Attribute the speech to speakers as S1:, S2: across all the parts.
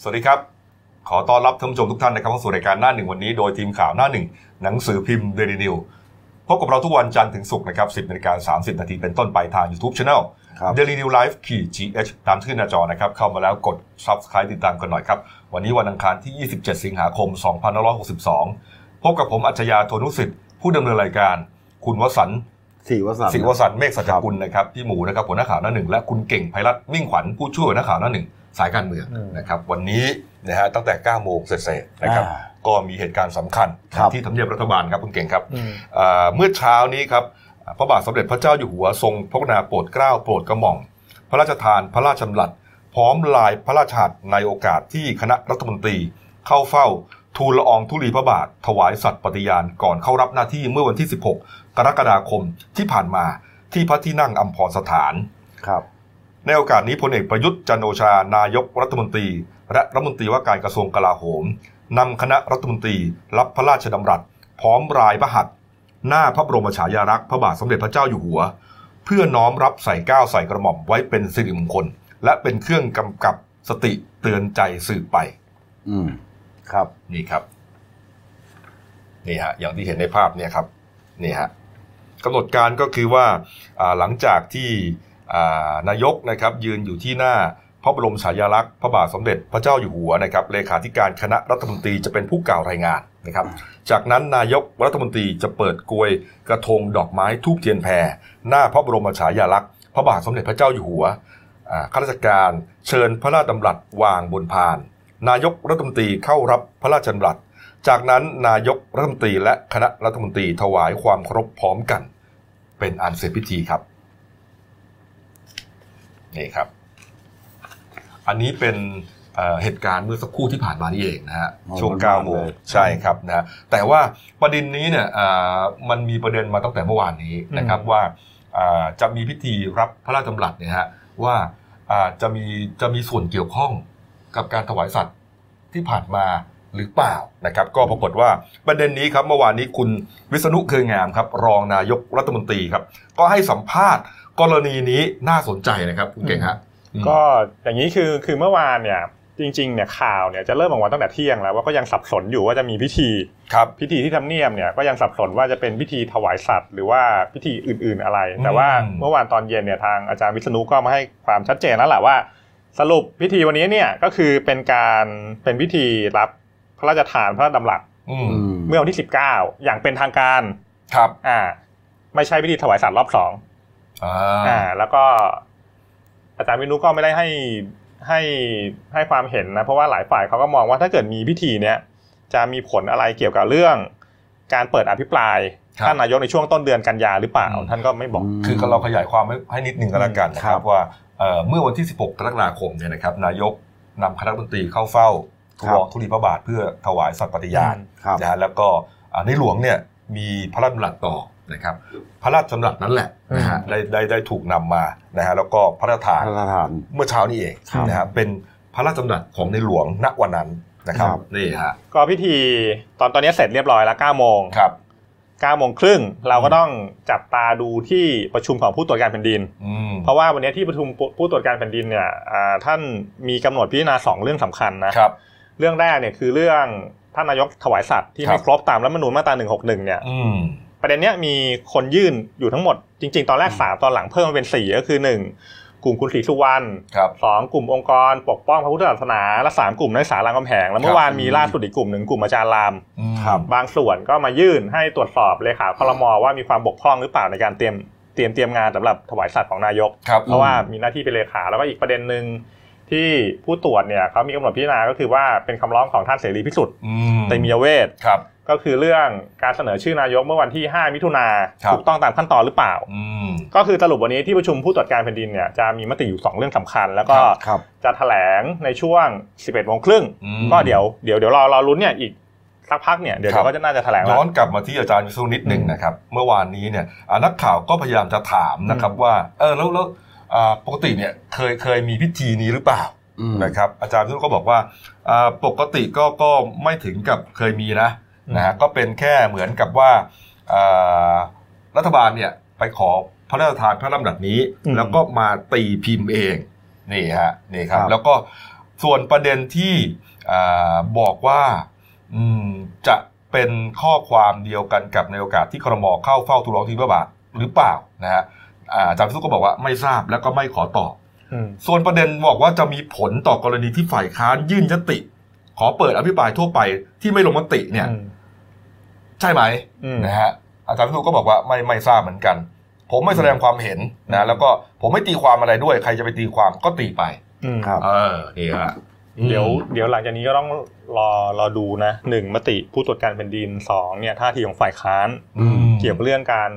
S1: สวัสดีครับ ขอต้อนรับท่านผู้ชมทุกท่านนะครับเข้าสู่รายการหน้าหนึ่งวันนี้โดยทีมข่าวหน้าหนึ่งหนังสือพิมพ์เดลินิวพบกับเราทุกวันจันทร์ถึงศุกร์นะครับ 10นาฬิกา30 นาทีเป็นต้นไปทาง YouTube Channel
S2: ครับ
S1: d a i l y New Life ขีด GH ตามชื่อหน้าจอนะครับ เข้ามาแล้วกด Subscribe ติดตามกันหน่อยครับ วันนี้วันอังคารที่ 27 สิงหาคม 2562 พบกับผมอัจฉริยะโทนุสิทธิ์ผู้ดำเนินรายการ คุณวสันต์
S2: สี่วสันต์
S1: ศิวสันต์เมฆสัจจกุลนะครับพี่หมูนะครับหัวหน้าข่าวหน้าหนึ่งและคุณเก่งไพรัตน์มิ่งขวัญผู้ช่วยหัวหน้าข่าวหน้าหนึ่งสายการเมืองนะครับวันนี้นะฮะตั้งแต่ 9 โมงเสร็จๆนะครับ
S2: อ่า
S1: ก็มีเหตุการณ์สำคัญ
S2: ครับ
S1: ที่ทำเนียบรัฐบาลครับคุณเก่งครับเอ่อเมื่อเช้านี้ครับพระบาทสมเด็จพระเจ้าอยู่หัวทรงพระกรุณาโปรดเกล้าโปรดกระหม่อมพระราชทานพระราชดำรัสพร้อมลายพระราชหัตถ์ในโอกาสที่คณะรัฐมนตรี เข้าเฝ้าทูลละอองธุลีพระบาท ถวายสัตย์ปฏิญาณก่อนเข้ารับหน้าที่เมื่อวันที่ 16 กรกฎาคมที่ผ่านมาที่พระที่นั่งอัมพรสถาน
S2: ครับ
S1: ในโอกาสนี้พลเอกประยุทธ์จันทร์โอชานายกรัฐมนตรี และรัฐมนตรีว่าการกระทรวงกลาโหมนำคณะรัฐมนตรี รับพระราชดำรัส พร้อมรายพระหัตถ์หน้าพระบรมฉายาลักษณ์พระบาทสมเด็จพระเจ้าอยู่หัว เพื่อน้อมรับใส่เกล้าวใส่กระหม่อมไว้เป็นสิริมงคล และเป็นเครื่องกำกับสติเตือนใจสืบไป
S2: อืม ครับ
S1: นี่ครับ นี่ฮะ อย่างที่เห็นในภาพเนี่ยครับ นี่ฮะกำหนดการก็คือว่าอ่าหลังจากที่อ่านายกนะครับ ยืนอยู่ที่หน้าพระบรมฉายาลักษณ์พระบาทสมเด็จพระเจ้าอยู่หัวนะครับ เลขาธิการคณะรัฐมนตรีจะเป็นผู้กล่าวรายงานนะครับ จากนั้นนายกรัฐมนตรีจะเปิดกลวยกระทงดอกไม้ทูบเทียนแพรหน้าพระบรมฉายาลักษณ์พระบาทสมเด็จพระเจ้าอยู่หัวอ่าข้าราชการเชิญพระราชดำรัสวางบนพาน นายกรัฐมนตรีเข้ารับพระราชดำรัส จากนั้นนายกรัฐมนตรีและคณะรัฐมนตรีถวายความเคารพพร้อมกัน เป็นอันเสร็จพิธีครับ นี่ครับ อันนี้เป็นเอ่อเหตุการณ์เมื่อสักครู่ที่ผ่านมานี่เองนะฮะ
S2: อ๋อ
S1: ช่วง
S2: มันมา
S1: 9โมง
S2: เลย
S1: ใช่ครับนะฮะแต่ว่าประเด็นนี้เนี่ยอ่ามันมีประเด็นมาตั้งแต่เมื่อวานนี้นะครับว่าอ่าจะมีพิธีรับพระราชดำรัสเนี่ยฮะว่าอ่าจะมีจะมีส่วนเกี่ยวข้องกับการถวายสัตว์ที่ผ่านมาหรือเปล่านะครับ ก็ปรากฏว่าประเด็นนี้ครับเมื่อวานนี้คุณวิษณุเครืองามครับ รองนายกรัฐมนตรีครับ ก็ให้สัมภาษณ์กรณีนี้น่าสนใจนะครับคุณเก่งฮะ
S3: ก็อย่างนี้คือคือเมื่อวานเนี่ยจริงๆเนี่ยข่าวเนี่ยจะเริ่มออกมาตั้งแต่เที่ยงแล้วว่าก็ยังสับสนอยู่ว่าจะมีพิธี
S1: ครับ
S3: พิธีที่ทำเนียมเนี่ยก็ยังสับสนว่าจะเป็นพิธีถวายสัตว์ หรือว่าพิธีอื่น ๆอะไร แต่ว่า
S1: อืม
S3: เมื่อวานตอนเย็นเนี่ยทางอาจารย์วิษณุก็มาให้ความชัดเจนแล้วแหละว่า สรุปพิธีวันนี้เนี่ยก็คือเป็นการเป็นพิธีรับพระราชทานพระดำรัส
S1: อืม
S2: อืม
S3: เมื่อวันที่ 19 อย่างเป็นทางการ
S1: ครับ
S3: อ่าไม่ใช่พิธีถวายสัตว์รอบสอง
S1: อ่า
S3: อ่าแล้วก็อาจารย์วินุก็ไม่ได้ให้ให้ให้ความเห็นนะเพราะว่าหลายฝ่ายเขาก็มองว่าถ้าเกิดมีพิธีเนี้ยจะมีผลอะไรเกี่ยวกับเรื่อง การเปิดอภิปราย
S1: ครับ
S3: ท่านนายกในช่วงต้นเดือนกันยาหรือเปล่า
S1: อืม
S3: ท่านก็ไม่บอก
S2: ม
S1: คือเราขยายความให้ให้นิดนึงก็แล้วกันนะค
S2: ค
S1: รั
S2: รั
S1: บบ ว่าเอ่อเมื่อวันที่ 16 กรกฎาคมเนี่ยนะครับนายกนำคณะรัฐมนตรีเข้าเฝ้าทูล
S2: ครับ
S1: ละอองธุลีพระบาทเพื่อถวายสัตย์ปฏิญาณ
S2: ครับ
S1: นะฮะแล้วก็อ่าในหลวงเนี่ยมีพระราชดำรัสต่อนะครับพระราชดำรัสนั้นแหละนะฮะ
S3: อืม
S1: ได้ได้ได้ถูกนำมานะฮะแล้วก็พระราชทา
S2: พ
S1: น
S2: ระราชทาน
S1: เมื่อเช้านี้เอง
S2: ครับ
S1: นะฮะเป็นพระราชดำรัสของในหลวงณวันนั้นนะครับ
S2: ครับ
S1: นี่ฮะ
S3: ก็พิธีตอนตอนนี้เสร็จเรียบร้อยแล้ว9โมง
S1: ครับ
S3: 9โมงครึ่งเราก็ต้องจับตาดูที่ประชุมของผู้ตรวจการแผ่นดิน
S1: อืม
S3: เพราะว่าวันนี้ที่ประชุมผู้ตรวจการแผ่นดินเนี่ยอ่าท่านมีกำหนดพิจารณาสองเรื่องสำคัญนะ
S1: ครับ
S3: เรื่องแรกเนี่ยคือเรื่องท่านนายกถวายสัตว์
S1: ค
S3: ที่
S1: รับ
S3: ไม่ครบตามรัฐธรรมนูญมาตรา 161 เนี่ย
S1: อืม
S3: ประเด็นเนี้ยมีคนยื่นอยู่ทั้งหมดจริง ๆ ตอนแรก
S1: อืม
S3: 3 ตอนหลังเพิ่มมาเป็น 4 ก็คือ 1 กลุ่มคุณศรีสุวรรณ
S1: ครับ
S3: สองกลุ่มองค์กรปกป้องพระพุทธศาสนา และ 3 กลุ่มนักศึกษารามคำแหง แล้วเมื่
S1: ครั
S3: อบ วานมีล่าสุดอีกกลุ่มหนึ่งกลุ่มอาจารย์ราม
S1: อืม
S2: ครับ
S3: บางส่วนก็มายื่นให้ตรวจสอบเลขาคอรมอว่ามีความบกพร่องหรือเปล่าในการเตรียมเตรียมเตรียมงานสำหรับถวายสัตว์ของนายก
S1: ครับ
S3: เพราะว่ามีหน้าที่เป็นเลขาแล้วก็อีกประเด็นหนึ่งที่ผู้ตรวจเนี่ยเขามีกำหนดพิจารณาก็คือว่าเป็นคำร้องของท่านเสรีพิสุทธิ์
S1: อืม
S3: เตมียเวท
S1: ครับ
S3: ก็คือเรื่องการเสนอชื่อนายกเมื่อวันที่ 5 มิถุนา
S1: ครับ
S3: ถูกต้องตามขั้นตอนหรือเปล่า
S1: อืม
S3: ก็คือสรุปวันนี้ที่ประชุมผู้ตรวจการแผ่นดินเนี่ยจะมีมติอยู่ 2 เรื่องสำคัญ แล้วก็
S1: ครับ
S2: ครับ
S3: จะถแถลงในช่วง 11โมงครึ่ง
S1: อืม
S3: ก็เดี๋ยวเดี๋ยวเดี๋ยวรอรอลุ้นเนี่ยอีกสักพักเนี่ยเดี๋ยว
S1: ครับ
S3: เดี๋ยวก็จะน่าจะแถลงแล้
S1: ย้
S3: ว
S1: อนกลับมาที่อาจารย์วิศนุนิดหนึ่ง
S3: อืม
S1: นะครับ เมื่อวานนี้เนี่ยอ่านักข่าวก็พยายามจะถามนะครับว่า เออแล้วแล้วอ่าปกติเนี่ยเคยเคยมีพิธีนี้หรือเปล่า
S2: อืม
S1: นะครับ อาจารย์วิศนุก็บอกว่าอ่าปกติก็ก็ไม่ถึงกับเคยมีนะ
S3: อืม
S1: นะฮะก็เป็นแค่เหมือนกับว่าอ่ารัฐบาลเนี่ยไปขอพระราชทานพระลำดับนี้ แล้วก็มาตีพิมพ์เองนี่ฮะนี่ครับ
S2: ครับ
S1: แล้วก็ ส่วนประเด็นที่อ่าบอกว่าอืมจะเป็นข้อความเดียวกันกับในโอกาสที่ครมเข้าเฝ้าทูลร้องทีพระบาทหรือเปล่านะฮะอ่าอาจารย์พิสุทธิ์ก็บอกว่าไม่ทราบแล้วก็ไม่ขอตอบ
S3: อืม
S1: ส่วนประเด็นบอกว่าจะมีผลต่อกรณีที่ฝ่ายค้านยื่นยติ ขอเปิดอภิปรายทั่วไปที่ไม่ลงมติเนี่ย
S3: อืม
S1: ใช่ไหม
S3: อืม
S1: นะฮะอาจารย์พิสุทธิ์ก็บอกว่าไม่ไม่ทราบเหมือนกัน ผมไม่แสดงความเห็นนะแล้วก็ผมไม่ตีความอะไรด้วยใครจะไปตีความก็ตีไป
S3: อืม
S2: ครับ
S1: เออนี่ฮะ
S3: เดี๋ยวเดี๋ยวหลังจากนี้ก็ต้องรอรอดูนะหนึ่งมติผู้ตรวจการแผ่นดินสองเนี่ยท่าทีของฝ่ายค้าน
S1: อืม
S3: เกี่ยวกับเรื่องการ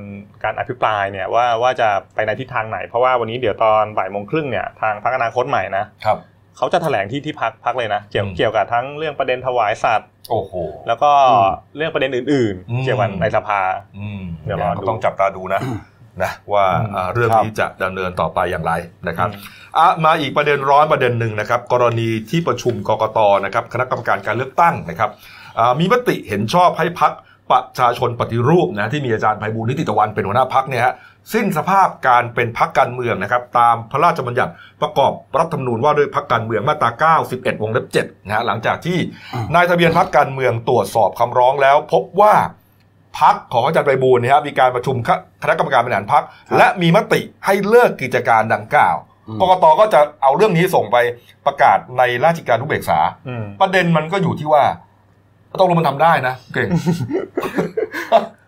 S3: การอภิปรายเนี่ยว่าว่าจะไปในทิศทางไหน เพราะว่าวันนี้เดี๋ยวตอนบ่ายโมงครึ่งเนี่ยทางพักอนาคตใหม่นะครับ เขาจะแถลงที่ที่พักพักเลยนะเกี่ยว
S1: อืม
S3: เกี่ยวกับทั้งเรื่องประเด็นถวายสัตว์
S1: โอ้โห
S3: แล้วก็
S2: อืม
S3: เรื่องประเด็นอื่น
S1: อืม
S3: ๆ เกี่ยวกับในสภา
S1: อืม
S3: เดี๋ยวรอดู
S1: ก็ต้องจับตาดูนะนะว่า
S3: อืม
S1: อ่าเรื่อง
S2: ครับ
S1: นี้จะดำเนินต่อไปอย่างไรนะครับอ่ะมาอีกประเด็นร้อนประเด็นหนึ่งนะครับ กรณีที่ประชุมกกตนะครับ คณะกรรมการการเลือกตั้งนะครับอ่ามีมติเห็นชอบให้พักประชาชนปฏิรูปนะที่มีอาจารย์ไพบูลย์นิติตะวันเป็นหัวหน้าพักเนี่ยฮะสิ้นสภาพการเป็นพักการเมืองนะครับ ตามพระราชบัญญัติประกอบรัฐธรรมนูญว่าด้วยพักการเมืองมาตรา91วงเล็บ7นะฮะหลังจากที่ นายทะเบียนพักการเมืองตรวจสอบคำร้องแล้ว พบว่าพักของอาจารย์ไพบูลย์เนะครับมีการประชุมคคณะกรรมการบริหารพัก
S2: ครับ
S1: และมีมติให้เลิกกิจการดังกล่าว
S2: อืม
S1: กกตก็จะเอาเรื่องนี้ส่งไปประกาศในราชการทุเบกษา
S3: อืม
S1: ประเด็นมันก็อยู่ที่ว่าต้องลงมันทำได้นะ เก่ง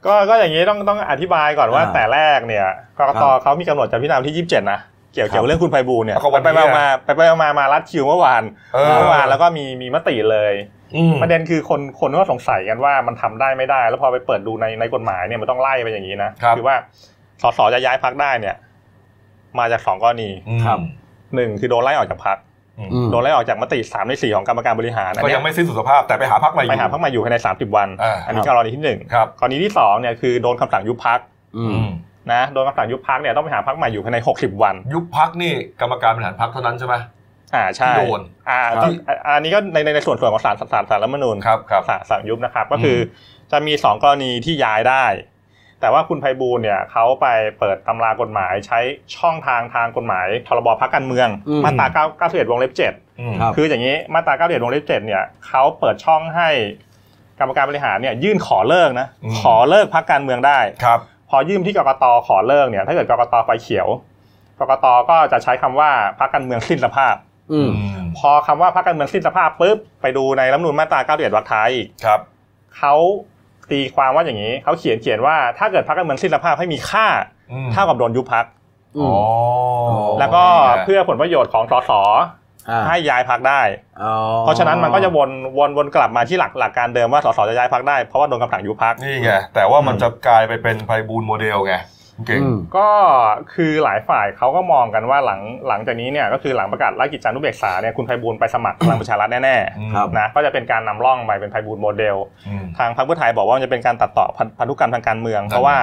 S3: ก็ก็อย่างนี้ต้องต้องอธิบายก่อนว่า
S2: อ่า
S3: แต่แรกเนี่ยกรกตเขามีกำหนดจะพิจารณาวันที่ 27 นะ เกี่ยว
S2: ครับ
S3: เกี่ยวกับเรื่องคุณไพบูลย์เนี่ย
S1: แล้วก็วันนี้
S3: ไป
S1: อะ
S3: ๆมาไปไปๆมามารัดคิวเมื่อวาน
S1: เอ
S3: เมื่อวานแล้วก็มีมีมติเลย
S1: อืม
S3: ประเด็นคือคนคนก็สงสัยกันว่ามันทำได้ไม่ได้ แล้วพอไปเปิดดูในในกฎหมายเนี่ยมันต้องไล่ไปอย่างนี้นะครับ ว่าสสจะย้ายพักได้เนี่ย มาจากสองกรณี
S1: อืม
S2: ครับ
S3: หนึ่งคือโดนไล่ออกจากพัก
S1: อืม
S2: อืม
S3: โดนไล่ออกจากมติสามในสี่ของกรรมการบริหารอัน
S1: ก็
S3: เนี้
S1: ยั
S3: ย
S1: งไม่สิ้นสุดสภาพแต่ไปหาพักใหม่อยู่
S3: ไปหาพักใหม่อยู่ภายในสามสิบวัน
S1: อ่า
S3: อัน
S2: ค
S3: นี้
S2: รับ
S3: กรณีที่หนึ่ง
S1: ครับ
S3: กรณีที่สองเนี่ยคือโดนคำสั่งยุบพัก
S2: อื
S1: อืม
S2: ม
S3: นะโดนคำสั่งยุบพักเนี่ยต้องไปหาพักใหม่อยู่ภายในหกสิบวัน
S1: ยุบพักนี่กรรมการบริหารพักเท่านั้นใช่ไหม
S3: อ่าใช่
S1: ที่โดน
S3: อ่า
S2: ครับ
S3: ต้องอ่าอันนี้ก็ในในในส่วนส่วนของสารสารสารรัฐธรรมนูญ
S1: ครับครับ
S3: สั่งสั่งยุบนะครับก็คืออจะมีสองกรณีที่ย้ายได้ แต่ว่าคุณไพบูลย์เนี่ยเขาไปเปิดตำรากฎหมายใช้ช่องทางทางกฎหมายพรบพักการเมือง
S2: อืม
S3: มาตรา9 91วงเล็บ
S1: อืม
S2: ครับ
S3: 7คืออย่างนี้มาตรา91วงเล็บ7เนี่ยเขาเปิดช่องให้กรรมการบริหารเนี่ยยื่นขอเลิกนะ
S1: อืม
S3: ขอเลิกพักการเมืองได้
S1: ครับ
S3: พอยื่นที่กกตขอเลิกเนี่ยถ้าเกิดกกตไฟเขียว กกตก็จะใช้คำว่าพักการเมืองสิ้นสภาพ
S2: อืม
S1: อืม
S3: พอคำว่าพักการเมืองสิ้นสภาพปุ๊บไปดูในรัฐธรรมนูญมาตรา91วรรคท้ายอีก
S1: ครับ
S3: เขาตีความว่าอย่างนี้ เขาเขียนเขียนว่าถ้าเกิดพรรคการเมืองสิ้นสภาพให้มีค่า
S1: อืม
S3: เท่ากับโดนยุบพรรค
S2: อืม อ๋อ
S3: แล้วก็เพื่
S1: อ
S3: อผลประโยชน์ของสส
S2: อ่า
S3: ให้ย้ายพรรคได้
S2: อ๋อ
S3: เพราะฉะนั้นมันก็จะวนวนวนกลับมาที่หลักหลักการเดิมว่าสสจะย้ายพรรคได้เพราะว่าโดนคำสั่งยุบพรรค
S1: นี่ไง แต่ว่ามันจะกลายไปเป็นไพบูลย์โมเดลไงคุณเก่ง
S2: อืม
S3: ก็คือหลายฝ่ายเขาก็มองกันว่าหลังหลังจากนี้เนี่ยก็คือหลังประกาศราชกิจจานุเบกษาเนี่ยคุณไพบูลย์ไปสมัคร พลังประชารัฐแน่
S2: ครับ
S3: ๆนะก็จะเป็นการนำร่องไปเป็นไพบูลย์โมเดล
S1: อืม
S3: ทางพรรคเพื่อไทยบอกว่ามันจะเป็นการตัดต่อพันพันธุกรรมทางการเมือง
S1: นั่น
S3: เพราะว่า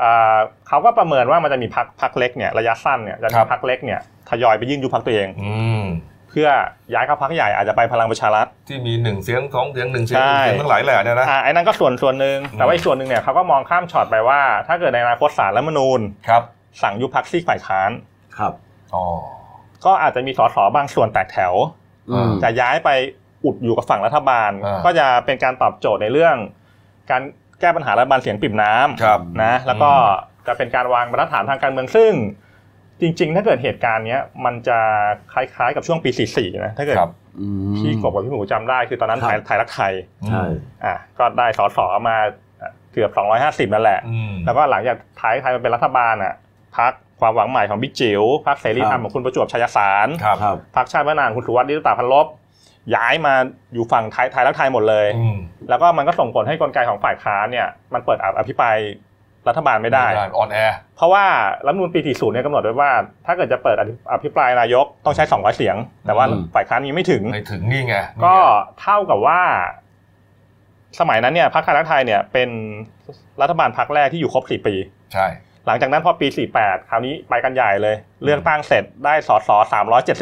S3: เอ่อเขาก็ประเมินว่ามันจะมีพรรคพรรคเล็กเนี่ยระยะสั้นเนี่ยจะ
S1: ครั
S3: มี
S1: บ
S3: พรรคเล็กเนี่ยทยอยไปยื่นยุบพรรคตัวเอง
S1: อืม
S3: เพื่อย้ายเข้าพรรคใหญ่อาจจะไปพลังประชารัฐ
S1: ที่มีหนึ่งเสียงสองเสียงหนึ่งเสียง
S3: ใช่
S1: หนึ่งเสียงทั้งหลายแหล่เนี่ยนะ
S3: อ่าไอ้นั่นก็ส่วนส่วนหนึ่ง
S1: อืม
S3: แต่ว่าอีกส่วนหนึ่งเนี่ยเขาก็มองข้ามช็อตไปว่า ถ้าเกิดในอนาคตศาลรัฐธรรมนูญ
S1: ครับ
S3: สั่งยุบพรรคซีกฝ่ายค้าน
S2: ครับ
S1: อ๋อ
S3: ก็อาจจะมีสสบางส่วนแตกแถว
S2: อืม
S3: จะย้ายไปอุดอยู่กับฝั่งรัฐบาล
S1: อ่า
S3: ก็จะเป็นการตอบโจทย์ในเรื่อง การแก้ปัญหารัฐบาลเสียงปริ่มน้ำ
S1: ครับ
S3: นะแล้วก็จะเป็นการวางมาตรฐานทางการเมืองซึ่ง จริง ๆ ถ้าเกิดเหตุการณ์เนี้ยมันจะคล้ายๆกับช่วงปี 44 นะ ถ้าเกิด
S1: ครับ
S2: อืม
S3: พี่กบกับพี่หมูจำได้คือตอนนั้น
S2: ครับ
S3: ไทยไทยรักไทย
S2: ใช่
S3: อ่ะก็ได้สอสอมาเกือบ 250 นั่นแหละ
S1: อืม
S3: แล้วก็หลังจากไทยไทยมันเป็นรัฐบาลอ่ะพักความหวังใหม่ของบิ๊กจิ๋วพักเสรีธรรม
S2: ครับ
S3: ของคุณประจวบชัยสาร
S1: ครับ
S2: ครับ
S3: พักชาติพัฒนาของคุณสุวัสดิ์นิติตาพันลบย้ายมาอยู่ฝั่งไทยไทยรักไทยหมดเลย
S1: อืม
S3: แล้วก็มันก็ส่งผลให้กลไกของฝ่ายค้านเนี่ยมันเปิดอภิปรายรัฐบาลไม่ได้
S1: ออนแอร์
S3: เพราะว่ารัฐธรรมนูลปี 40 เนี่ยกำหนดไว้ว่า ถ้าเกิดจะเปิดอภิอภิปรายนายกต้องใช้ 200 เสียง แต่ว่า
S2: อืม
S3: ฝ่ายค้านมีไม่ถึง
S1: ในถึงนี่ไงนี่ไง
S3: ก็เท่ากับว่า สมัยนั้นเนี่ยพรรคไทยรักไทยเนี่ยเป็นรัฐบาลพรรคแรกที่อยู่ครบ 4 ปี
S1: ใช่
S3: หลังจากนั้นพอปี 48 คราวนี้ไปกันใหญ่เลย เลือกตั้งเสร็จได้สส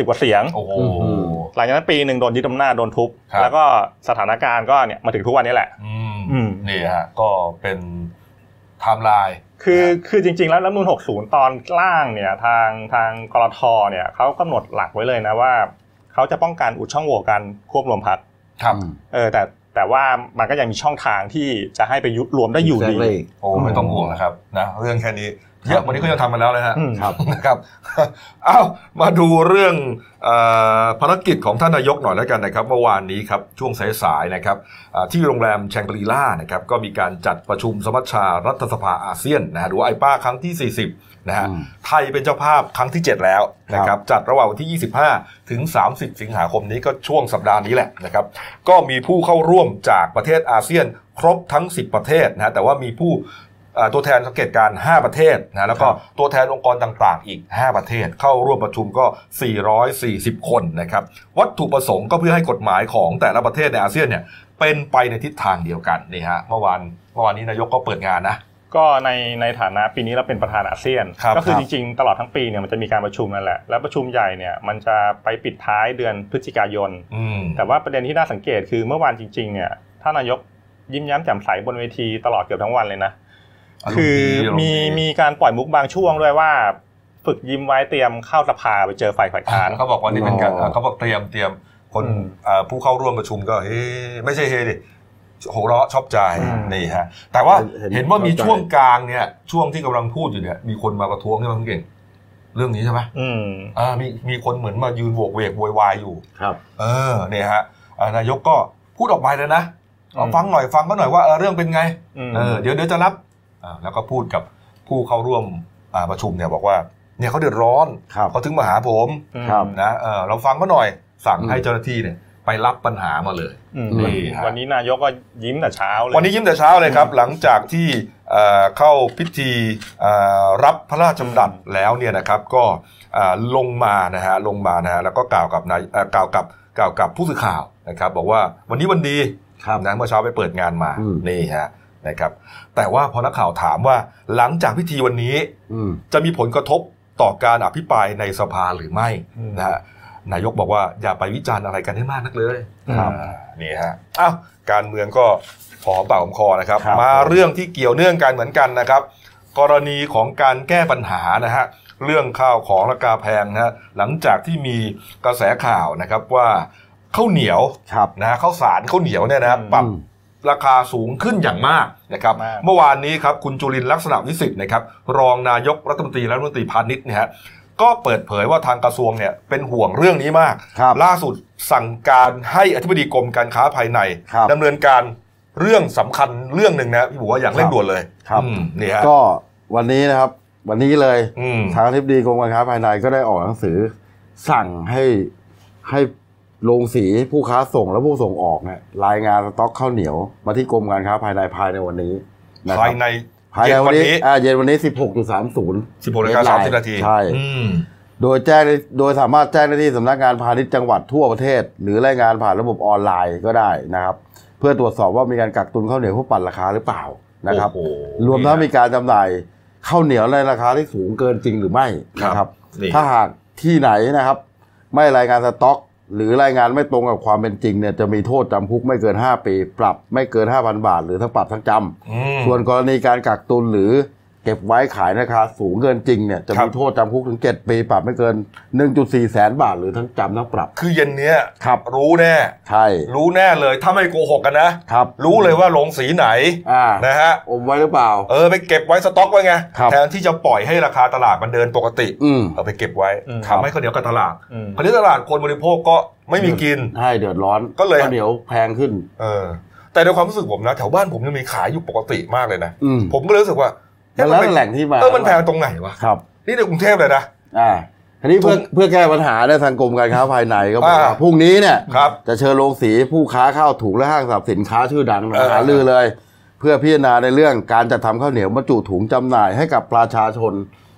S3: 370 กว่าเสียง
S1: โอ้โห
S2: อืม
S3: หลังจากนั้นปีหนึ่งโดนยึดอำนาจโดนทุบ
S1: ครับ
S3: แล้วก็สถานการณ์ก็เนี่ยมาถึงทุกวันนี้แหละ
S1: อืม
S3: อืม
S1: นี่ฮะ ก็เป็นไทม์ไลน์
S3: คือ
S1: ครับ
S3: คือจริง ๆ แล้วรัฐธรรมนูล60 ตอนล่างเนี่ยทางทางกรทเนี่ยเขากำหนดหลักไว้เลยนะว่า เขาจะป้องกันอุดช่องโหว่การควบรวมพัก
S1: ครับ
S2: อืม
S3: เออแต่แต่ว่ามันก็ยังมีช่องทางที่จะให้ไปยุบรวมได้อยู่ดี
S2: เลย
S1: โอ้ไม่ต้องห่วงนะครับนะเรื่องแค่นี้เยอะวันนี้ก็ยังทำมาแล้วนะฮะ
S3: อืม
S2: ครับ
S1: นะครับ เอ้ามาดูเรื่องเออภารกิจของท่านนายกหน่อยแล้วกันนะครับเมื่อวานนี้ครับช่วงสายๆนะครับอ่าที่โรงแรมแชงกรีล่านะครับก็มีการจัดประชุมสมัชชารัฐสภาอาเซียนนะฮะหรือว่าไอป้าครั้งที่ 40นะฮะ
S2: อืม
S1: ไทยเป็นเจ้าภาพครั้งที่ 7 แล้วนะค
S2: ครั
S1: รับบ จัดระหว่างวันที่ 25 ถึง 30 สิงหาคมนี้ก็ช่วงสัปดาห์นี้แหละนะครับ ก็มีผู้เข้าร่วมจากประเทศอาเซียนครบทั้ง 10 ประเทศนะฮะแต่ว่ามีผู้อ่าตัวแทนสังเกตการณ์5ประเทศนะแล้วก็ตัวแทนองค์กรต่างๆ อีก 5 ประเทศ เข้าร่วมประชุมก็ 440 คนนะครับวัตถุประสงค์ก็เพื่อให้กฎหมายของแต่ละประเทศในอาเซียนเนี่ยเป็นไปในทิศทางเดียวกันนี่ฮะเมื่อวานเมื่อวานนี้นายกก็เปิดงานนะ
S3: ก็ในในฐานะปีนี้เราเป็นประธานอาเซียน
S1: ครับ
S3: ก็คื
S1: ค
S3: อ
S1: รับ
S3: จริงๆ ตลอดทั้งปีเนี่ยมันจะมีการประชุมนั่นแหละ แล้วประชุมใหญ่เนี่ยมันจะไปปิดท้ายเดือนพฤศจิกายน
S1: อืม
S3: แต่ว่าประเด็นที่น่าสังเกตคือเมื่อวานจริงๆเนี่ยท่านนายกยิ้มแย้มแจ่มใสบนเวทีตลอดเกือบทั้งวันเลยนะ
S1: อารมณ์ดี
S3: คือมี
S1: อารมณ์ดี
S3: มีการปล่อยมุกบางช่วงด้วยว่า ฝึกยิ้มไว้เตรียมเข้าสภาไปเจอฝ่ายฝ่าย
S1: อ่า
S3: ค้าน
S1: เขาบอกว่านี่เป็นการ
S2: อ๋อ
S1: เอ่อเขาบอกเตรียมเตรียมคน
S3: อืม
S1: เอ่อผู้เข้าร่วมประชุมก็เฮ้ไม่ใช่เฮดิโหเราะชอบใจ
S3: อืม
S1: นี่ฮะแต่ว่า
S2: เห็น
S1: เห็นว่ามี
S2: ชอบใจ
S1: ช่วงกลางเนี่ย ช่วงที่กำลังพูดอยู่เนี่ย มีคนมาประท้วงใช่ไหมคุณเก่ง เรื่องนี้ใช่ไหม
S3: อืม
S1: อ่ามีมีคนเหมือนมายืนโบกเวกโวยวายอยู่
S2: ครับ
S1: เออเนี่ยฮะอ่านายกก็พูดออกไปเลยนะเอา
S3: อืม
S1: ฟังหน่อยฟังก็หน่อยว่าเออเรื่องเป็นไง
S3: ม
S1: เออเดี๋ยวเดี๋ยวจะรับอ่าแล้วก็พูดกับผู้เข้าร่วมอ่าประชุมเนี่ยบอกว่า เนี่ยเขาเดือดร้อน
S2: ครับ
S1: เขาถึงมาหาผม
S3: ม
S2: ครับ
S1: นะเออเราฟังก็หน่อยสั่ง
S2: อืม
S1: ให้เจ้าหน้าที่เนี่ยไปรับปัญหามาเลย
S3: อืม
S1: นี่ฮะ
S3: วันนี้นายกก็ยิ้มแต่เช้าเลย
S1: วันนี้ยิ้มแต่เช้าเลยครับ หลังจากที่เอ่อเข้าพิธีเอ่อรับพระราชดำรัสแล้วเนี่ยนะครับก็เอ่อลงมานะฮะลงมานะฮะแล้วก็กล่าวกับนายเอ่อกล่าวกับกล่าวกับผู้สื่อข่าวนะครับบอกว่าวันนี้วันดี
S2: ครับ
S1: นะเมื่อเช้าไปเปิดงานมา
S2: อืม
S1: นี่ฮะนะครับแต่ว่าพอนักข่าวถามว่าหลังจากพิธีวันนี้
S2: อืม
S1: จะมีผลกระทบต่อการอภิปรายในสภาหรือไม่
S3: อืม
S1: นะฮะนายกบอกว่าอย่าไปวิจารณ์อะไรกันให้มากนักเลย
S3: ครับ
S1: อ่านี่ฮะอ้าวการเมืองก็หอมปากหอมคอนะครับ
S2: ครับ
S1: มาเรื่องที่เกี่ยวเนื่องกันเหมือนกันนะครับ กรณีของการแก้ปัญหานะฮะเรื่องข้าวของราคาแพงนะฮะหลังจากที่มีกระแสข่าวนะครับว่าข้าวเหนียว
S2: ครับ
S1: นะฮะข้าวสารข้าวเหนียวเนี่ยนะครับ
S3: อืม
S1: ปรับ ราคาสูงขึ้นอย่างมากนะครับ
S3: มาก
S1: เมื่อวานนี้ครับคุณจุลินลักษณะวิสิทธิ์นะครับรองนายกรัฐมนตรีและรัฐมนตรีพาณิชย์เนะฮะก็เปิดเผยว่าทางกระทรวงเนี่ยเป็นห่วงเรื่องนี้มาก
S2: ครับ
S1: ล่าสุดสั่งการให้อธิบดีกรมการค้าภายใน
S2: ครับ
S1: ดำเนินการเรื่องสำคัญเรื่องหนึ่งนะพี่บัวอย่างเร่งด่วนเลย
S2: ครับ
S1: อืมนี่ฮะ
S2: ก็วันนี้นะครับ วันนี้เลย
S1: อืม
S2: ทางทิบดีกรมการค้าภายในก็ได้ออกหนังสือ สั่งให้ให้โรงสีผู้ค้าส่งและผู้ส่งออกเนี่ยรายงานสต็อกข้าวเหนียว มาที่กรมการค้าภายในภายในวันนี้นะค
S1: ภา
S2: รับ
S1: ยใน
S2: ภายใน
S1: เย็น
S2: วั
S1: วันน
S2: นี้
S1: นี้
S2: อ่าเย็นวันนี้ 16.30
S1: 16นาฬิกาสามสิบนาที
S2: ใช่
S1: อืม
S2: โดยแจ้งได้โดยสามารถแจ้งได้ที่สำนักงานพาณิชย์จังหวัดทั่วประเทศ หรือรายงานผ่านระบบออนไลน์ก็ได้นะครับ เพื่อตรวจสอบว่ามีการกักตุนข้าวเหนียวเพื่อปั่นราคาหรือเปล่านะครับ
S1: โอ้โห
S2: รวมทั้งมีการจำหน่ายข้าวเหนียวในราคาที่สูงเกินจริงหรือไม่นะครับ
S1: นี่
S2: ถ้าหากที่ไหนนะครับ ไม่รายงานสต็อก หรือรายงานไม่ตรงกับความเป็นจริงเนี่ยจะมีโทษจำคุกไม่เกิน 5 ปี ปรับไม่เกิน 5,000 บาท หรือทั้งปรับทั้งจำ
S1: อืม
S2: ส่วนกรณีการกักตุนหรือเก็บไว้ขายในราคาสูงเกินจริงเนี่ยจะ
S1: ครั
S2: มี
S1: บ
S2: โทษจำคุกถึง 7 ปีปรับไม่เกิน 1.4 แสนบาท หรือทั้งจำทั้งปรับ
S1: คือเย็นเนี้ย
S2: ครับ
S1: รู้แน่
S2: ใช่
S1: รู้แน่เลยถ้าไม่โกหกกันนะ
S2: ครับ
S1: รู้เลยว่าลงสีไหน
S2: อ่า
S1: นะฮะ
S2: อมไว้หรือเปล่า
S1: เออไปเก็บไว้สต็อกไว้ไง
S2: ครับ
S1: แทนที่จะปล่อยให้ราคาตลาดมันเดินปกติ
S2: อืม
S1: เอาไปเก็บไว้
S3: อืม
S1: ทำให้ข้าวเหนียวกับตลาด
S3: อืม
S1: คราวนี้ตลาดคนบริโภคก็ไม่มีกิน
S2: ให้เดือดร้อน
S1: ก็เลย
S2: ข้าวเหนียวแพงขึ้น
S1: เออ แต่ในความรู้สึกผมนะแถวบ้านผมยังมีขายอยู่ปกติมากเลยนะ
S2: อืม
S1: ผมก็เลยรู้สึกว่าเอ๊ะ
S2: แล้ว
S1: มัน
S2: แหล่งที่มา
S1: เออมันแพงตรงไหนวะ
S2: ครับ
S1: นี่ในกรุงเทพเลยนะ
S2: อ่าทีนี้เพื่อ
S1: ถูก
S2: เพื่อแก้ปัญหาในยทางกรมการค้าภายในก็บอกว่า
S1: อ่า
S2: พรุ่งนี้เนี่ย
S1: ครับ
S2: จะเชิญโรงสีผู้ค้าข้าวถุงและห้างสรรพสินค้าชื่อดังมา
S1: เออ
S2: หารือเลย เพื่อพิจารณาในเรื่องการจัดทำข้าวเหนียวบรรจุถุงจำหน่ายให้กับประชาชน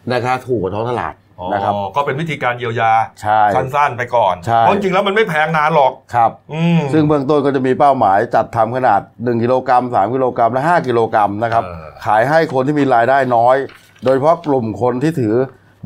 S2: ในราคาถูกกว่าท้องตลาดนะครับ
S1: อ๋อก็เป็นวิธีการเยียวยา
S2: ใช่
S1: สั้นๆไปก่อน
S2: ใช่
S1: เพราะจริงๆแล้วมันไม่แพงนานหรอก
S2: ครับ
S1: อืม
S2: ซึ่งเบื้องต้นก็จะมีเป้าหมายจัดทำขนาด 1 กิโลกรัม 3 กิโลกรัม และ 5 กิโลกรัมนะครับ
S1: เออ
S2: ขายให้คนที่มีรายได้น้อย โดยเฉพาะกลุ่มคนที่ถือ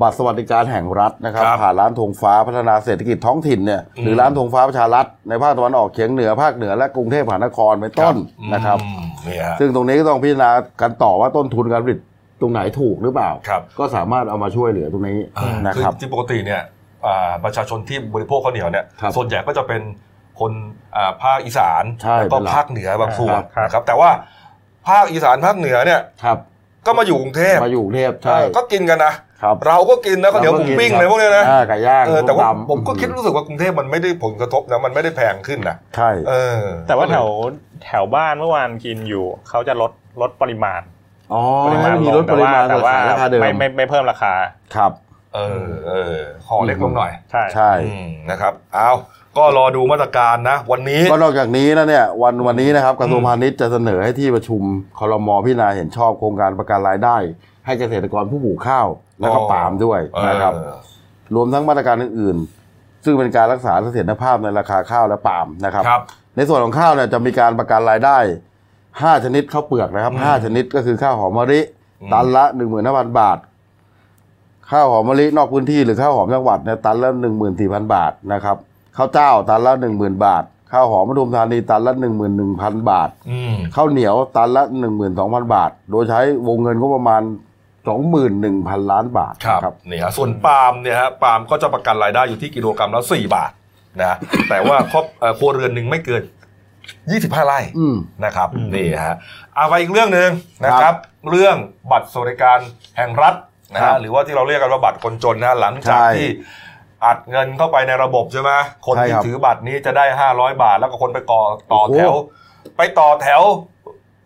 S2: บัตรสวัสดิการแห่งรัฐนะครับ
S1: ครับ
S2: ผ่านร้านธงฟ้าพัฒนาเศรษฐกิจท้องถิ่นเนี่ยหรือ
S1: ม
S2: ร้านธงฟ้าประชารัฐในภาคตะวันออกเฉียงเหนือภาคเหนือและกรุงเทพมหานครเป็นต้นนะครับ
S1: อืมเนี่ยฮะ
S2: ซึ่งตรงนี้ก็ต้องพิจารณากันต่อว่าต้นทุนการผลิตตรงไหนถูกหรือเปล่า
S1: ครับ
S2: ก็สามารถเอามาช่วยเหลือตรงนี้
S1: อ่า
S2: นะครับ
S1: อจริงๆปกติเนี่ย อ่าประชาชนที่บริโภคข้าวเหนียวเนี่ย
S2: ครับ
S1: ส่วนใหญ่ก็จะเป็นคนอ่าภาคอีสาน
S2: ใช่
S1: แล้วก็
S2: เป็นหลัก
S1: ภาคเหนือบางส่วน
S3: ครับ
S1: นะครับแต่ว่าภาคอีสานภาคเหนือเนี่ย
S2: ครับ
S1: ก็มาอยู่กรุงเทพ
S2: มาอยู่กรุงเทพใช่
S1: เออก็กินกันนะครับ เราก็กินนะข้าวเหนียวหมูปิ้งอะไรพวกเนี้ยนะ
S2: อ่าไก่ย่าง
S1: เออแต่ว่า
S2: ส้ตำ
S1: ผมก็คิดรู้สึกว่ากรุงเทพมันไม่ได้ผลกระทบนะมันไม่ได้แพงขึ้นนะ
S2: ใช่
S1: เออ
S3: แต่ว่าแถวแถวบ้านเมื่อวานกินอยู่เขาจะลดลดปริมาณ
S2: อ๋อ
S3: ปริมาณ
S2: มี
S3: ล
S2: ล
S3: ง
S2: ดปริมาณ
S3: แต่ว่า
S2: แต่ว่าราคาเดิม
S3: ไม่ไม่ไม่เพิ่มราคา
S2: ครับ
S1: เออเออขอเล็กลงหน่อย
S3: ใช่
S2: ใช่
S1: อืมนะครับเอาก็รอดูมาตรการนะ วันนี้
S2: ก็นอกจากนี้นะเนี่ยวันวันนี้นะครับกระทรวง
S1: อืม
S2: พาณิชย์จะเสนอให้ที่ประชุมคอรมอพิจารณาเห็นชอบโครงการประกันรายได้ ให้เกษตรกรผู้ปลูกข้าว และก็ปาล์มด้วย
S1: เออ
S2: นะครับ รวมทั้งมาตรการอื่นๆ ซึ่งเป็นการรักษาเสถียรภาพในราคาข้าวและปาล์มนะครับ
S1: ครับ
S2: ในส่วนของข้าวเนี่ยจะมีการประกันรายได้ 5 ชนิดข้าวเปลือกนะครับ
S1: อืม
S2: 5 ชนิดก็คือข้าวหอมมะลิ
S1: อืม
S2: ตันละ 1 5 0 0 0 บาท ข้าวหอมมะลินอกพื้นที่หรือข้าวหอมจังหวัดเนี่ยตันละ 14,000 บาทนะครับข้าวเจ้าตันละ 10,000 บาท ข้าวหอมปทุมธานีตันละ 11,000 บาท
S1: อืม
S2: ข้าวเหนียวตันละ 12,000 บาท โดยใช้วงเงินก็ประมาณ 21,000 ล้านบาท
S1: ครับ
S2: นะครับ
S1: นี่ฮะส่วนปาล์มเนี่ยฮะปาล์มก็จะประกันรายได้อยู่ที่กิโลกรรัมละสี่บาทนะฮะ แต่ว่าครอบเอ่อครัวเรือนหนึ่งไม่เกินยี่สิบห้าไร่
S2: อืม
S1: นะครับนี่ฮะเอาไปอีกเรื่องหนึ่งนะครับ เรื่องบัตรสวัสดิการแห่งรัฐนะ
S2: ครั
S1: ฮะ
S2: บ
S1: หรือว่าที่เราเรียกกันว่าบัตรคนจนนะฮะหลังจาก
S2: ใช่
S1: ที่อัดเงินเข้าไปในระบบใช่ไหมคน
S2: ใช่
S1: ที่
S2: ครับ
S1: ถือบัตรนี้จะได้ห้าร้อยบาท แล้วก็คนไปก่อต่อแถว ไปต่อแถว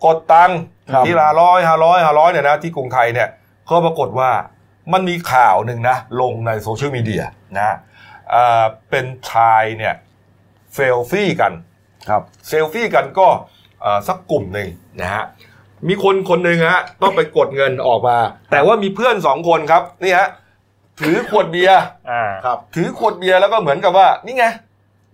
S1: กดตังค์
S2: ครับ
S1: ที่ละร้อยห้าร้อยห้าร้อยเนี่ยนะที่กรุงไทยเนี่ยก็ปรากฏว่ามันมีข่าวหนึ่งนะ ลงในโซเชียลมีเดียนะอ่าเป็นชายเนี่ยเซลฟี่กัน
S2: ครับ
S1: เซลฟี่กันก็อ่าสักกลุ่มหนึ่งนะฮะมีคนคนหนึ่งฮะต้องไปกดเงินออกมา แต่ว่ามีเพื่อนสองคนครับนี่ฮะถือขวดเบียร์
S3: อ่า
S2: ครับ
S1: ถือขวดเบียร์แล้วก็เหมือนกับว่า นี่ไง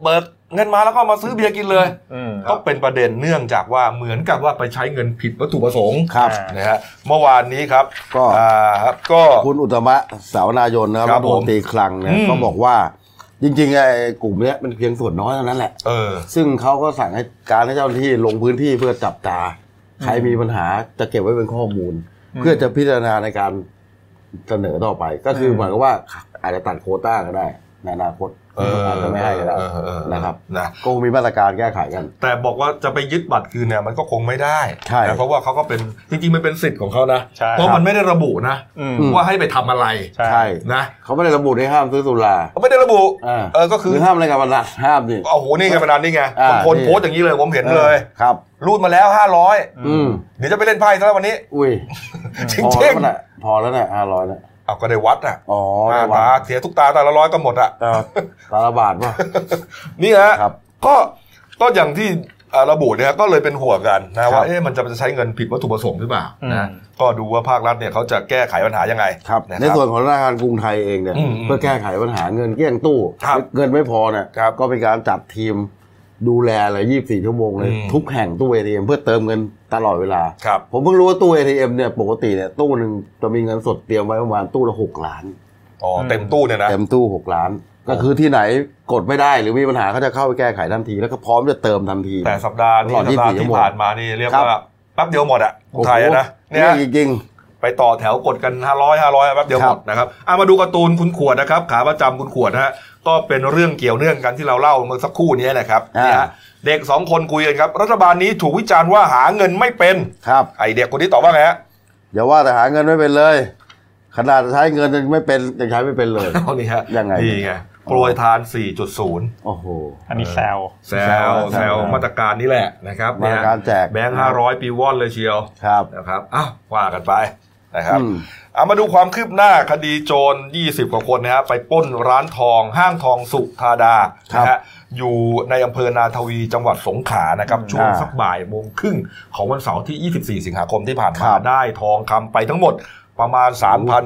S1: เบิกเงินมาแล้วก็มาซื้อเบียร์กินเลย
S3: อืม
S1: ก็เป็นประเด็นเนื่องจากว่าเหมือนกับว่าไปใช้เงินผิดวัตถุประสงค์
S2: ครับ
S3: อ่า
S1: นะฮะเมื่อวานนี้ครับ
S2: ก็
S1: อ่าครับก็
S2: คุณอุตตมะสาวนายนนะครับ
S1: ครั
S2: รับ ฐมนตรีคลังเนี่
S1: อื
S2: ย
S1: ม
S2: ก็บอกว่า จริงๆไอ้กลุ่มเนี้ยมันเพียงส่วนน้อยเท่านั้นแหละ
S1: เออ
S2: ซึ่งเขาก็สั่งให้การให้เจ้าหน้าที่ลงพื้นที่เพื่อจับตา ใครมีปัญหาจะเก็บไว้เป็นข้อมูล เพื่อจะพิจารณาในการเสนอต่อไป ก็คืออ
S3: ม
S2: หมายความว่าอาจจะตัดโควต้าก็ได้ในอนาคต
S1: เออ
S2: อาจจะไม่ให้ก็ได้
S1: เออเออเออ
S2: นะครับ
S1: นะ
S2: ก็คงมีมาตรการแก้ไขกัน
S1: แต่บอกว่าจะไปยึดบัตรคืนเนี่ยมันก็คงไม่ได้
S2: ใช่
S1: นะเพราะว่าเขาก็เป็นจริงๆมันเป็นสิทธิ์ของเขานะ
S3: ใช่
S1: เพราะมันไม่ได้ระบุนะ
S3: อืม
S2: ม
S1: ว่าให้ไปทำอะไร
S3: ใช่
S2: ใช่
S1: นะ
S2: เขาไม่ได้ระบุให้ห้ามซื้อสุรา
S1: ไม่ได้ระบุ
S2: อ่า
S1: เออก็
S2: คื
S1: คือ อ
S2: ห้ามอะไรกันบันห้ามดิ
S1: โอ้โหนี่ไงประดานนี่ไง
S2: า
S1: บางคน
S2: นี่
S1: โพสต์อย่างนี้เลยผมเห็นเลย
S2: ครับ
S1: รูดมาแล้ว 500
S2: อืม
S1: เดี๋ยวจะไปเล่นไพ่ซะแล้ววันนี้
S2: อุ้ย
S1: จ
S2: พอ
S1: ริ
S2: แล้
S1: ง
S2: วน่ะพอแล้วน่ะห้าร้อยน่ะ
S1: ๆเอาก็ได้วัดอ่ะ
S2: อ๋อ
S1: อ่า
S2: ได้วั
S1: ตา
S2: ด
S1: เสียทุกตาตาละร้อยก็หมดอ่ะ
S2: เอ่อตาละบาทป่ะ
S1: นี่ฮะ
S2: ครับ
S1: ก็ก็อย่างที่เอ่อระบุเนี่ยก็เลยเป็นห่วงกันนะ
S2: ครั
S1: ว่า
S2: บ
S1: เอ๊ะมันจะใช้เงินผิดวัตถุประสงค์หรือเปล่า
S3: อืม
S1: นะก็ดูว่าภาครัฐเนี่ยเขาจะแก้ไขปัญหายังไง
S2: ครับ
S1: ะค
S2: ใน
S1: รับ
S2: ส่วนของธนาคารกรุงไทยเองเนี่ย
S1: อืม
S2: เพื่อแก้ไขปัญหาเงินเกลี้ยงตู้
S1: ครับ
S2: เงินไม่พอเนี่ย
S1: ครับ
S2: ก็เป็นการจัดทีมดูแลเลยยี่สี่ชั่วโมงเลย
S1: อืม
S2: ทุกแห่งตู้เอทีเอ็มเพื่อเติมเงินตลอดเวลา
S1: ครับ
S2: ผมเพิ่งรู้ว่าตู้เอทีเอ็มเนี่ยปกติเนี่ยตู้หนึ่งจะมีเงินสดเตรียมไว้ประมาณตู้ละหกล้าน
S1: อ๋ออ
S3: ม
S1: เต็มตู้เนี่ยนะ
S2: เต็มตู้หกล้าน ก็คือที่ไหนกดไม่ได้หรือมีปัญหาเขาจะเข้าไปแก้ไขทันที แล้วก็พร้อมจะเติมทันที
S1: แต่สัปดาห์นี้
S2: ตลอด
S1: สัปดาห์
S2: 24ชั่
S1: ที่
S2: วโมง
S1: ผ่านมานี่เรียก
S2: ครับ
S1: ว่าแป๊บเดียวหมดอ่ะ
S2: โอ้โห
S1: ไทยอะนะเนี่ย
S2: เรื่องจริงๆ
S1: ไปต่อแถวกดกัน 500 500แป๊บเดียว
S2: ค
S1: ห
S2: รั
S1: ม
S2: บ
S1: ดนะครับเอามาดูการ์ตูนคุณขวดนะครับ ขาประจำคุณขวดนะฮะก็เป็นเรื่องเกี่ยวเนื่องกันที่เราเล่าเมื่อสักครู่นี้นะครับ
S2: อ่า
S1: เนี่ยฮะเด็กสองคนคุยกันครับ รัฐบาลนี้ถูกวิจารณ์ว่าหาเงินไม่เป็น
S2: ครับ
S1: ไอเด็กคนนี้ตอบว่าไงฮะ
S2: อย่าว่าแต่หาเงินไม่เป็นเลย ขนาดจะใช้เงินยังไม่เป็นยังใช้ไม่เป็นเลย
S1: เอานี่ฮะ
S2: ยังไง
S1: นี่ไงโปรยทาน 4.0
S2: โอ้โห
S3: อันนี้แซว
S1: แซวแซวมาตรการนี้แหละนะครับ
S2: มาตรการแจก
S1: เนี่ยแบงค์500ปีวอนเลยเชียว
S2: ครับ
S1: นะครับอ้าวว่ากันไปนะครับ
S2: อืม
S1: เอามาดูความคืบหน้าคดีโจร 20 กว่าคนนะฮะไปปล้นร้านทอง ห้างทองสุธาดา
S2: ครับ
S1: นะฮะอยู่ในอำเภอนาทวีจังหวัดสงขลานะครับ
S3: อืม
S1: ช่วง
S2: อ่า
S1: สักบ่ายโมงครึ่งของวันเสาร์ที่ 24 สิงหาคมที่ผ่าน
S2: ครั
S1: มา
S2: บ
S1: ได้ทองคำไปทั้งหมดประมาณ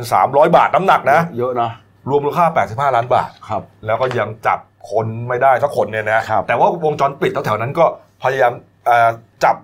S1: 3,300 บาทน้ำหนักนะ
S2: เยอะนะ
S1: รวมมูลค่า 85 ล้านบาท
S2: ครับ
S1: แล้วก็ยังจับคนไม่ได้สักคนเนี่ยนะ
S2: ครับ
S1: แต่ว่าวงจรปิดแถวๆนั้นก็พยายามเอ่อจับ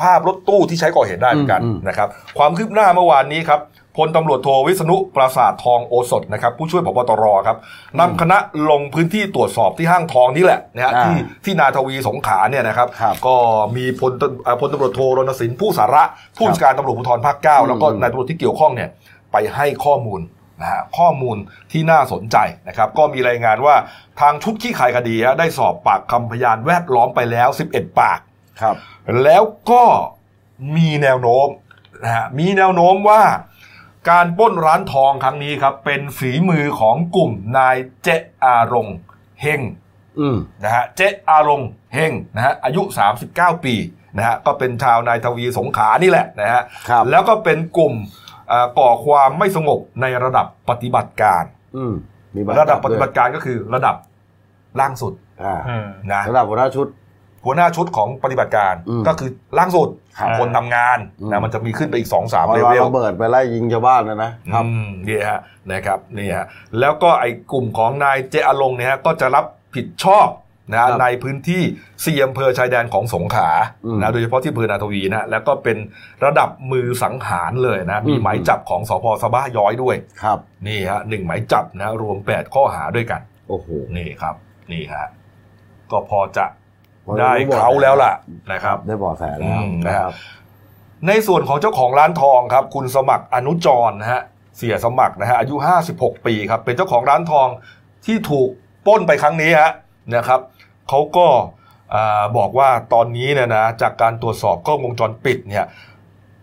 S1: ภาพรถตู้ที่ใช้ก่อเหตุได้เหมือนกันนะครับ ความคืบหน้าเมื่อวานนี้ครับพลตำรวจโทวิษณุปราสาททองโอสถนะครับ ผู้ช่วยผบตรครับนำคณะลงพื้นที่ตรวจสอบที่ห้างทองนี่แหละนะฮะ
S2: อ่า
S1: ที่ที่นาทวีสงขลาเนี่ยนะครับ
S2: ครับ
S1: ก็มีพลตเอ่อพลตำรวจโทรณสินผู้สาระผู้บัญชาการตำรวจภูธรภาคเก้าแล้วก็
S2: อืม
S1: นายตำรวจที่เกี่ยวข้องเนี่ยไปให้ข้อมูล นะฮะข้อมูลที่น่าสนใจนะครับก็มีรายงานว่าทางชุดขี้คายคดีฮะได้สอบปากคำพยานแวดล้อมไปแล้ว 11 ปาก
S2: ครับ
S1: แล้วก็มีแนวโน้มนะฮะมีแนวโน้มว่าการปล้นร้านทองครั้งนี้ครับ เป็นฝีมือของกลุ่มนายเจอารมณ์เฮง
S2: อืม
S1: นะฮะเจ๊อารมณ์เฮงนะฮะอายุ 39 ปีนะฮะก็เป็นชาวนายทวีสงขลานี่แหละนะฮะ
S2: ครับ
S1: แล้วก็เป็นกลุ่มเอ่อก่อความไม่สงบในระดับปฏิบัติการ
S2: อืมมี
S1: ระดับปฏิบัติการก็คือระดับล่างสุด
S2: อ่า
S3: อืม
S1: นะ
S2: ระดับหัวหน้าชุด
S1: หัวหน้าชุดของปฏิบัติการ
S2: อืม
S1: ก็คือล่างสุด
S3: ครับ
S1: คนทำงาน
S2: อืม
S1: นะมันจะมีขึ้นไปอีก2องสาม
S2: วัน
S1: เล
S2: วาง
S1: เวล
S2: ระเบิดไปไล่ยิงชาวบ้านนะนะ
S1: ครับนี่ฮะนะครับนี่ฮะแล้วก็ไอ้กลุ่มของนายเจอลงเนี่ยฮะก็จะรับผิดชอบนะฮะในพื้นที่สี่อำเภอชายแดนของสงขลานะโดยเฉพาะที่อำเภอนาทวีนะแล้วก็เป็นระดับมือสังหารเลยนะมีหมายจับของสพสบ้าย้อยด้วย
S2: ครับ
S1: นี่ฮะหนึ่งหมายจับนะรวม 8 ข้อหาด้วยกัน
S2: โอ้โห
S1: นี่ครับนี่ฮะก็พอจะ
S2: พอจะ
S1: ได้
S2: รู้บอะ
S1: เขาแล้วล่ะนะครับ
S2: ได้เบอแสแล้ว
S1: อืม
S2: นะครับ
S1: ในส่วนของเจ้าของร้านทองครับ คุณสมัครอนุจรนะฮะเสียสมัครนะฮะอายุ 56 ปีครับ เป็นเจ้าของร้านทองที่ถูกปล้นไปครั้งนี้ฮะนะครับเขาก็อ่าบอกว่าตอนนี้เนี่ยนะจากการตรวจสอบกล้องวงจรปิดเนี่ย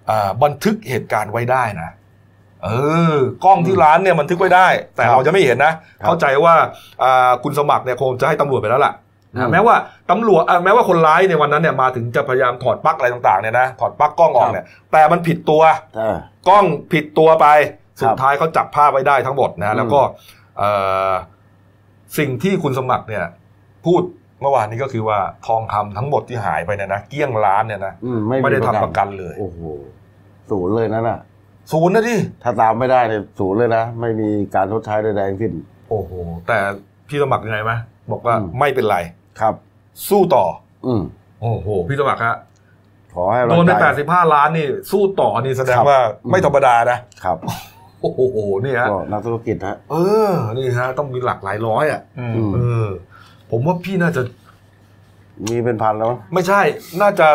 S1: อ่าบันทึกเหตุการณ์ไว้ได้นะเออกล้องที่ร้านเนี่ยบันทึกไว้ได้ แต่
S2: ครับ
S1: เราจะไม่เห็นนะ
S2: ครับ
S1: เข้าใจว่าอ่าคุณสมัครเนี่ยคงจะให้ตำรวจไปแล้วล่ะ นะแม้ว่าตำรวจอ่ะแม้ว่าคนร้ายในวันนั้นเนี่ยมาถึงจะพยายามถอดปลั๊กอะไรต่างๆเนี่ยนะถอดปลั๊กกล้องออกเนี่ยแต่มันผิดตัว
S2: เออ
S1: กล้องผิดตัวไป
S2: ครับ
S1: สุดท้ายเขาจับภาพไว้ได้ทั้งหมดนะ
S2: อืม
S1: แล้วก็เอ่อสิ่งที่คุณสมัครเนี่ย พูดเมื่อวานนี้ก็คือว่าทองคำทั้งหมดที่หายไปเนี่ยนะเกลี้ยงล้านเนี่ยนะ
S2: อืมไม่
S1: ไม่ได้ทำ
S2: มี
S1: ประกันเลย
S2: โอ้โหศูนย์เลยนั่นน่ะ
S1: ศูนย์นะที่
S2: ถ้าตามไม่ได้เนี่ยศูนย์เลยนะ ไม่มีการทดใช้ใดๆทั้งสิ้น
S1: โอ้โหแต่พี่สมัครยังไงไหมบอกว่า
S2: อืม
S1: ไม่เป็นไร
S2: ครับ
S1: สู้ต่อ
S2: อืม
S1: โอ้โห พี่สมัครฮะ
S2: ขอให้กำลั
S1: โด
S2: ง
S1: นไป
S2: ใจ
S1: แปดสิบห้าล้านนี่สู้ต่อนี่แสดง
S2: ครับ
S1: ว่าไม่
S2: อืม
S1: ธรรมดานะ
S2: ครับ
S1: โอ้โห นี่ฮะ
S2: ก็นักธุรกิจฮะ
S1: เออ นี่ฮะ ต้องมีหลักหลายร้อยอ่ะ
S3: อืม
S2: อืม
S1: เออ ผมว่าพี่น่าจะ
S2: มีเป็นพันแล้วมั้ง
S1: ไม่ใช่ น่าจะ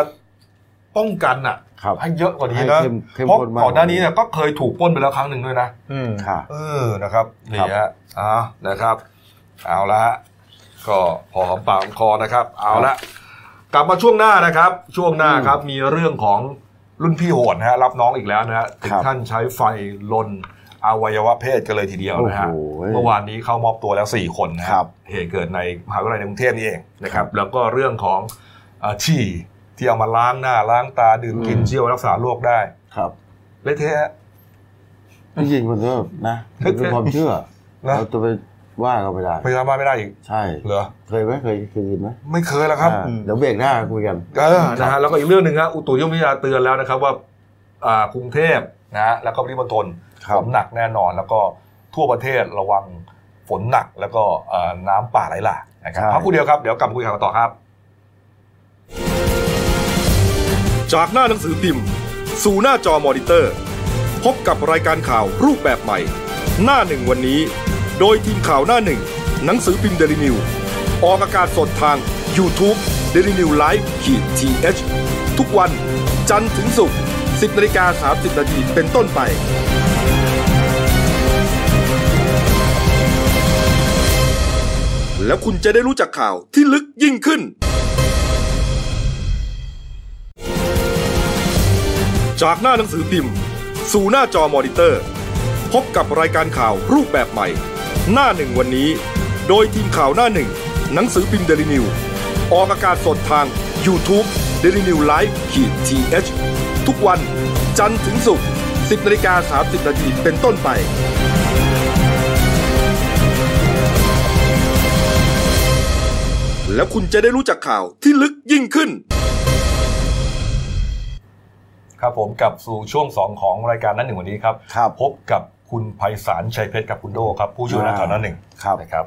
S1: ป้องกันอ่ะ
S2: ครับ
S1: ให้เยอะกว่านี้
S2: ให้
S1: นะ
S2: เข้มเข้ม
S1: เพราะ
S2: ข้นมาก
S1: ก่อนหน้านี้เนี่ยก็เคยถูกปล้นไปแล้วครั้งหนึ่งด้วยนะ
S3: อืม
S2: ค่ะ
S1: เออ นะครับ นี่ฮะอ่านะครับ เอาละฮะ ก็พอหอมปากหอมคอนะครับ เอาละ กลับมาช่วงหน้านะครับ ช่วงหน้าครับ มีเรื่องของรุ่นพี่โหดนะฮะ รับน้องอีกแล้วนะฮะ ถึง
S2: ครับ
S1: ท่านใช้ไฟลนอวัยวะเพศกันเลยทีเดียวนะฮะ
S2: โอ้โห
S1: เมื่อวานนี้เข้ามอบตัวแล้ว 4 คนนะฮะ
S2: ครับ
S1: เหตุเกิดในมหาวิทยาลัยในกรุงเทพนี่เองนะครับ แล้วก็เรื่องของเอ่อฉี่ที่เอามาล้างหน้าล้างตาดื่มกิน
S2: อืม
S1: เชี่ยวรักษาโรคได้
S2: ครับ
S1: เละเทะฮะ
S2: จริงๆมันก็นะมันเป็นความเชื่อ
S1: นะ
S2: เราจะไปว่าเขาไม่ได้
S1: ไปทำบ้านไม่ได้อีก
S2: ใช่
S1: เหรอ
S2: เคยไหมเคยเคยยินไหม
S1: ไม่เคยแล้วครับ
S2: อ่า
S3: อืม
S2: เดี๋ยวเบรกหน้าคุยกัน
S1: เออนะฮะแล้วก็อีกเรื่องหนึ่งฮะอุตุนิยมวิทยาเตือนแล้วนะครับว่าอ่ากรุงเทพนะฮะแล้วก็ปริมณฑล
S2: ค
S1: ฝ
S2: รับ
S1: นหนักแน่นอน แล้วก็ทั่วประเทศระวังฝนหนักแล้วก็เอ่อน้ำป่าไหลหลากนะครับ
S2: ใช่
S1: พักครู่เดียวครับ เดี๋ยวกลับมาคุยข่าวกันต่อครับ จากหน้าหนังสือพิมพ์ สู่หน้าจอมอนิเตอร์ พบกับรายการข่าวรูปแบบใหม่ หน้าหนึ่งวันนี้ โดยทีมข่าวหน้าหนึ่ง หนังสือพิมพ์เดลิวิวออกอากาศสดทาง y o u t u เด d ิวิวไลฟ์ขีดทีเทุกวัน จันทร์ถึงศุกร์10นาฬิกา30นาทีเป็นต้นไป แล้วคุณจะได้รู้จักข่าวที่ลึกยิ่งขึ้น จากหน้าหนังสือพิมพ์ สู่หน้าจอมอนิเตอร์ พบกับรายการข่าวรูปแบบใหม่ หน้าหนึ่งวันนี้ โดยทีมข่าวหน้าหนึ่ง หนังสือพิมพ์เดลิวิวออกอากาศสดทาง y o u t u เด d ิวิวไลฟ์ขีดทีเทุกวัน จันทร์ถึงศุกร์10นาฬิกา30นาทีเป็นต้นไป แล้วคุณจะได้รู้จักข่าวที่ลึกยิ่งขึ้น ครับผมกลับสู่ช่วง 2 ของรายการนั้นหนึ่งวันนี้ครับ
S2: ครับ
S1: พบกับคุณไพศาลชัยเพชรกับคุณโดครับ ผู้ช่วยนักข่าวหน้าหนึ่ง
S2: ครับ
S1: นะครับ